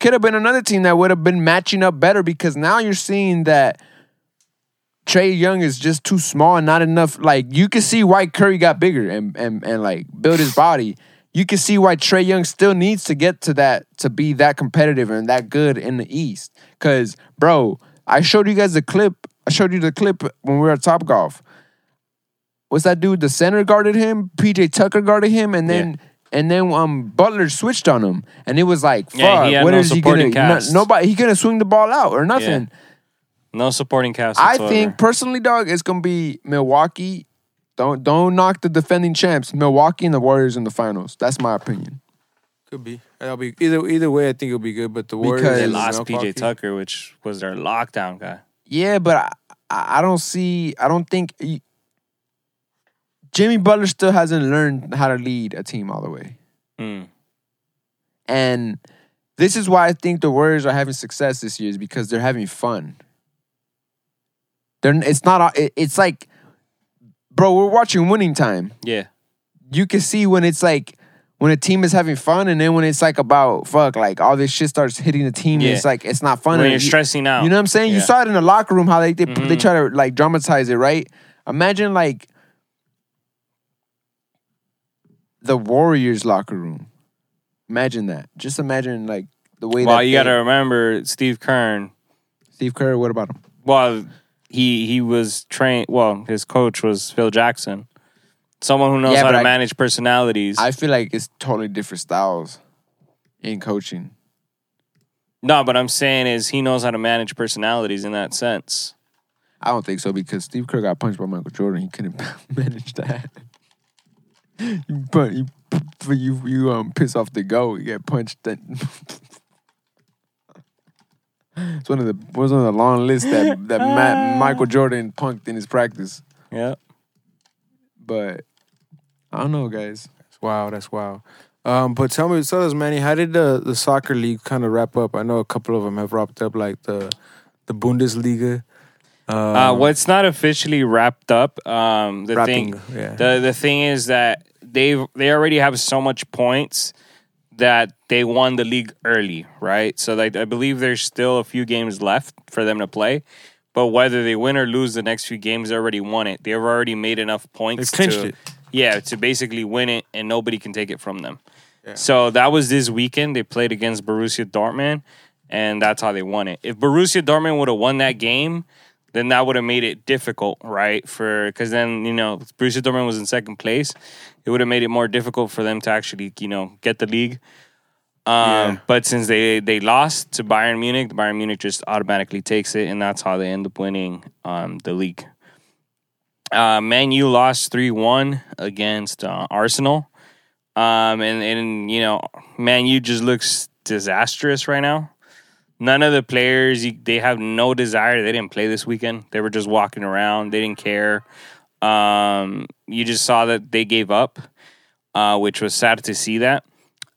S4: Could have been another team that would have been matching up better because now you're seeing that Trey Young is just too small and not enough. Like you can see why Curry got bigger and and and like built his body. You can see why Trey Young still needs to get to that to be that competitive and that good in the East. Cause bro, I showed you guys the clip. I showed you the clip when we were at Top Golf. What's that dude? The center guarded him. PJ Tucker guarded him, and then. And then um, Butler switched on him, and it was like, "Fuck,
S1: Yeah, he had
S4: what
S1: no
S4: is he gonna?
S1: supporting cast.
S4: no- nobody, he gonna swing the ball out or nothing."
S1: no supporting cast.
S4: I
S1: whatsoever.
S4: think personally, dog, it's gonna be Milwaukee. Don't don't knock the defending champs, Milwaukee and the Warriors in the finals. That's my opinion.
S3: Could be. That'll be either either way. I think it'll be good. But the Warriors
S4: Because-
S1: they
S4: is
S1: lost
S3: Milwaukee.
S1: PJ Tucker, which was their lockdown guy.
S4: Yeah, but I I I don't see. I don't think. y- Jimmy Butler still hasn't learned how to lead a team all the way.
S1: Mm.
S4: And this is why I think the Warriors are having success this year is because they're having fun. They're it's not it- it's like bro, we're watching winning time.
S1: Yeah.
S4: You can see when it's like when a team is having fun and then when it's like about fuck like all this shit starts hitting the team and
S1: Yeah.
S4: it's like it's not fun.
S1: When
S4: And
S1: you're
S4: you-
S1: stressing out.
S4: You know what I'm saying? You
S1: Yeah. Mm-hmm.
S4: saw it in the locker room how they they, they try to like dramatize it, right? Imagine like the Warriors locker room. Imagine that. Just imagine like the way
S1: Well,
S4: that
S1: you
S4: they-
S1: got to remember Steve Kern.
S4: Steve Kerr. What about him?
S1: Well, he he was trained. Well, his coach was Phil Jackson, someone who knows
S4: Yeah,
S1: how
S4: but
S1: to
S4: I-
S1: manage personalities.
S4: I feel like it's totally different styles in coaching.
S1: no, but I'm saying is he knows how to manage personalities in that sense.
S4: I don't think so because Steve Kerr got punched by Michael Jordan. He couldn't manage that. you, pun- you, p- you, you um, piss off the goal. You get punched. That it's one of the was on the long list that that Ma- Michael Jordan punked in his practice.
S1: Yeah.
S4: But I don't know, guys.
S3: Wow, that's wow. Um, but tell me, tell us, Manny, how did the, the soccer league kind of wrap up? I know a couple of them have wrapped up, like the the Bundesliga.
S1: Uh,
S3: Um,
S1: well, it's not officially wrapped up. Um, the
S3: Wrapping,
S1: thing,
S3: yeah.
S1: the the thing is that they they already have so much points that they won the league early, right? So, like, I believe there's still a few games left for them to play. But whether they win or lose the next few games, they already won it. They've already made enough points.
S3: They clinched
S1: to,
S3: it.
S1: Yeah, to basically win it, and nobody can take it from them. So that was this weekend. They played against Borussia Dortmund, and that's how they won it. If Borussia Dortmund would have won that game, then that would have made it difficult, right? For because then you know Borussia Dortmund was in second place, it would have made it more difficult for them to actually you know get the league. Um, But since they they lost to Bayern Munich, Bayern Munich just automatically takes it, and that's how they end up winning um, the league. Uh, Man U lost three one against uh, Arsenal, um, and and you know Man U just looks disastrous right now. None of the players you- they have no desire. They didn't play this weekend. They were just walking around. They didn't care. Um, you just saw that they gave up, uh, which was sad to see that.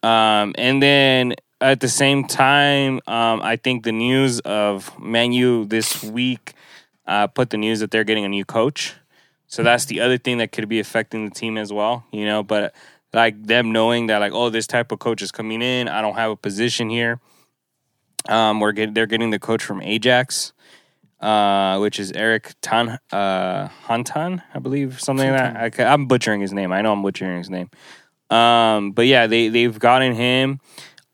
S1: Um, and then at the same time, um, I think the news of Manu this week uh, put the news that they're getting a new coach. So that's the other thing that could be affecting the team as well, you know. But like them knowing that, like, oh, this type of coach is coming in. I don't have a position here. Um, we're get, they're getting the coach from Ajax, uh, which is Eric Tan uh, Hantan, I believe, something like that. I, ca- I'm butchering his name. I know I'm butchering his name. Um, but yeah, they they've gotten him.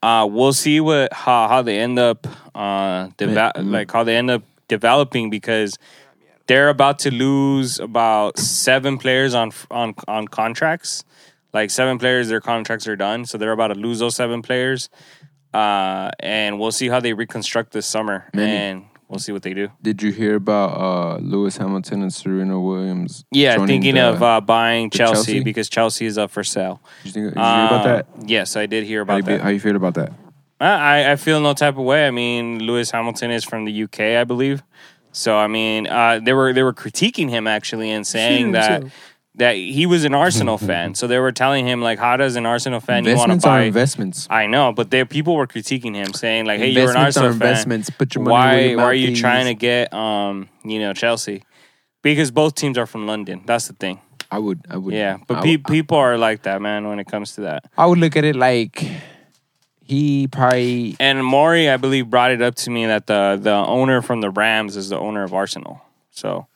S1: Uh, we'll see what how, how they end up uh deva- like how they end up developing because they're about to lose about seven players on on on contracts. Like seven players, their contracts are done, so they're about to lose those seven players. Uh, and we'll see how they reconstruct this summer, and we'll see what they do.
S4: Did you hear about uh, Lewis Hamilton and Serena Williams?
S1: Yeah,
S4: joining
S1: thinking
S4: the-
S1: of uh, buying
S4: the
S1: Chelsea,
S4: Chelsea?
S1: because Chelsea is up for sale.
S4: Did you, think, did you hear about
S1: Uh,
S4: that?
S1: Yes, I did hear
S4: How do
S1: about
S4: you, be-
S1: that.
S4: how you feel about that?
S1: I, I- I feel no type of way. I mean, Lewis Hamilton is from the UK, I believe. So I mean, uh, they were they were critiquing him actually and saying that that he was an Arsenal fan. So they were telling him like, how does an Arsenal fan you want to
S4: investments are
S1: buy?
S4: investments.
S1: I know, but there people were critiquing him, saying like, "Hey, you're an
S4: Investments are
S1: Arsenal fan.
S4: investments. Put your money
S1: why
S4: where your
S1: why are
S4: mouth
S1: you
S4: is."
S1: trying to get um you know Chelsea? Because both teams are from London. That's the thing.
S4: I would. I would.
S1: Yeah,
S4: I
S1: but
S4: would-
S1: pe- people are like that, man. When it comes to that,
S4: I would look at it like he probably
S1: and Maury, I believe, brought it up to me that the the owner from the Rams is the owner of Arsenal. So,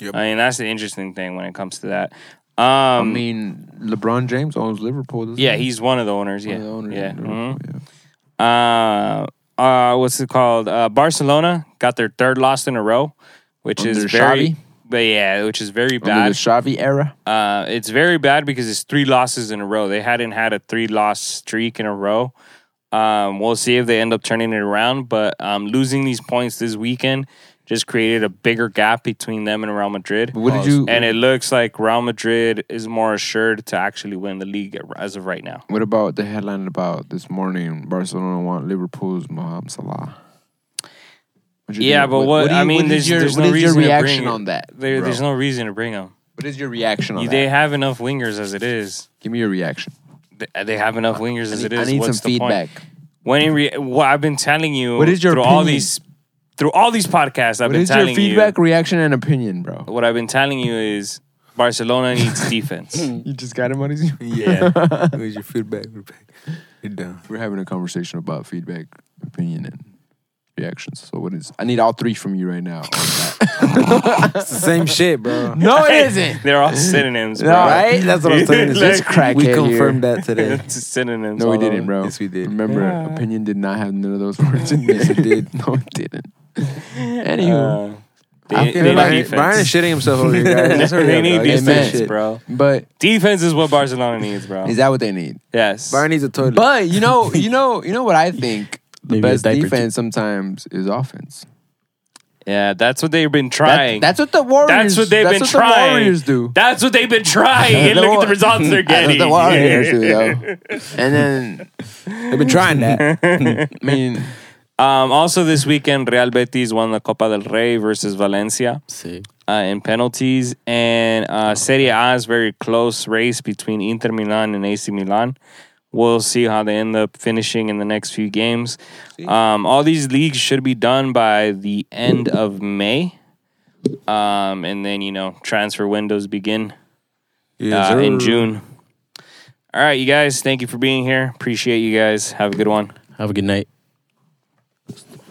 S1: I mean, that's the interesting thing when it comes to that.
S4: I
S1: Um,
S4: mean, LeBron James owns Liverpool. doesn't
S1: yeah,
S4: he?
S1: he's one of the owners. Yeah,
S4: One of the owners
S1: yeah.
S4: of
S1: mhm.
S4: Liverpool, yeah.
S1: uh, uh, what's it called? Uh, Barcelona got their third loss in a row, which is
S4: Under
S1: very,
S4: Xavi?
S1: but yeah, which is very
S4: Under
S1: bad.
S4: the Xavi era.
S1: Uh, it's very bad because it's three losses in a row. They hadn't had a three loss streak in a row. Um, we'll see if they end up turning it around, but um, losing these points this weekend just created a bigger gap between them and Real Madrid.
S4: What did you?
S1: And it looks like Real Madrid is more assured to actually win the league as of right now.
S4: what about the headline about this morning? Barcelona want Liverpool's Mohamed Salah. What'd you
S1: Yeah,
S4: think?
S1: but what,
S4: do
S1: I
S4: you-
S1: mean,
S4: what is
S1: there's,
S4: your,
S1: there's
S4: what
S1: no
S4: is
S1: reason
S4: your
S1: to
S4: reaction
S1: bring
S4: on that.
S1: There,
S4: bro?
S1: there's no reason to bring him.
S4: What is your reaction on
S1: You-
S4: that?
S1: They have enough wingers as it is.
S4: Give me your reaction.
S1: They- They have enough wingers
S4: I
S1: as
S4: need,
S1: it is.
S4: I need
S1: What's
S4: some
S1: the point?
S4: feedback.
S1: When in re- what I've been telling you,
S4: What is your
S1: through all
S4: opinion?
S1: these through all these podcasts, I've
S4: What
S1: been
S4: is your
S1: telling
S4: feedback,
S1: you.
S4: reaction, and opinion, bro?
S1: What I've been telling you is Barcelona needs defense.
S4: You just got him on his.
S3: Yeah. Where's your feedback? Rebecca? You're done.
S4: We're having a conversation about feedback, opinion, and reactions. So what is? I need all three from you right now. on that.
S3: It's the same shit, bro.
S4: no, it isn't.
S1: They're all synonyms, bro.
S4: No,
S3: Right? That's what I was saying.
S1: Let's
S4: crack
S3: We
S4: it
S3: confirmed that today.
S1: It's synonyms.
S4: No, we
S1: all over.
S4: didn't, bro.
S3: Yes, we did.
S4: Remember, opinion did not have none of those words in
S3: Yes,
S4: it.
S3: it did.
S4: no, it didn't. Anywho,
S1: Uh,
S3: I
S1: they,
S3: feel
S1: they
S3: like
S1: need defense.
S3: Brian is shitting himself over here, guys. Let's hurry
S1: they
S3: up,
S1: need
S3: dog.
S4: Amen.
S1: defense,
S3: Shit.
S1: bro.
S4: but
S1: Defense is what Barcelona needs, bro.
S4: is that what they need?
S1: yes.
S3: Brian needs a toilet.
S4: But you know, you know, you know what I think. The
S2: Maybe a
S4: best
S2: diaper
S4: defense sometimes is offense.
S1: yeah, that's what they've been
S4: That-
S1: trying.
S4: that's what the Warriors.
S1: That's what they've been
S4: what the
S1: trying.
S4: Warriors do.
S1: That's what they've been trying. And look at the results they're
S4: That's
S1: getting.
S4: what the Warriors do, though. And then,
S3: They've been trying that.
S4: I mean,
S1: Um, also, this weekend, Real Betis won the Copa del Rey versus Valencia
S2: See,
S1: uh, in penalties. And uh, Serie A is very close race between Inter Milan and AC Milan. We'll see how they end up finishing in the next few games. Um, all these leagues should be done by the end of May. Um, and then, you know, transfer windows begin
S3: Yes,
S1: uh, in
S3: sir.
S1: June. All right, you guys, thank you for being here. Appreciate you guys. Have a good one.
S2: have a good night.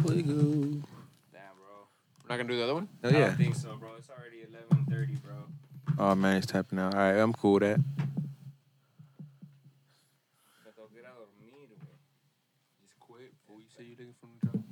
S4: we're not gonna do the other one.
S3: Oh, yeah.
S1: think so, bro. It's already 11:30, bro.
S3: Oh, man, it's tapping out. All right, I'm cool with that.
S4: Quit. you say you from the job.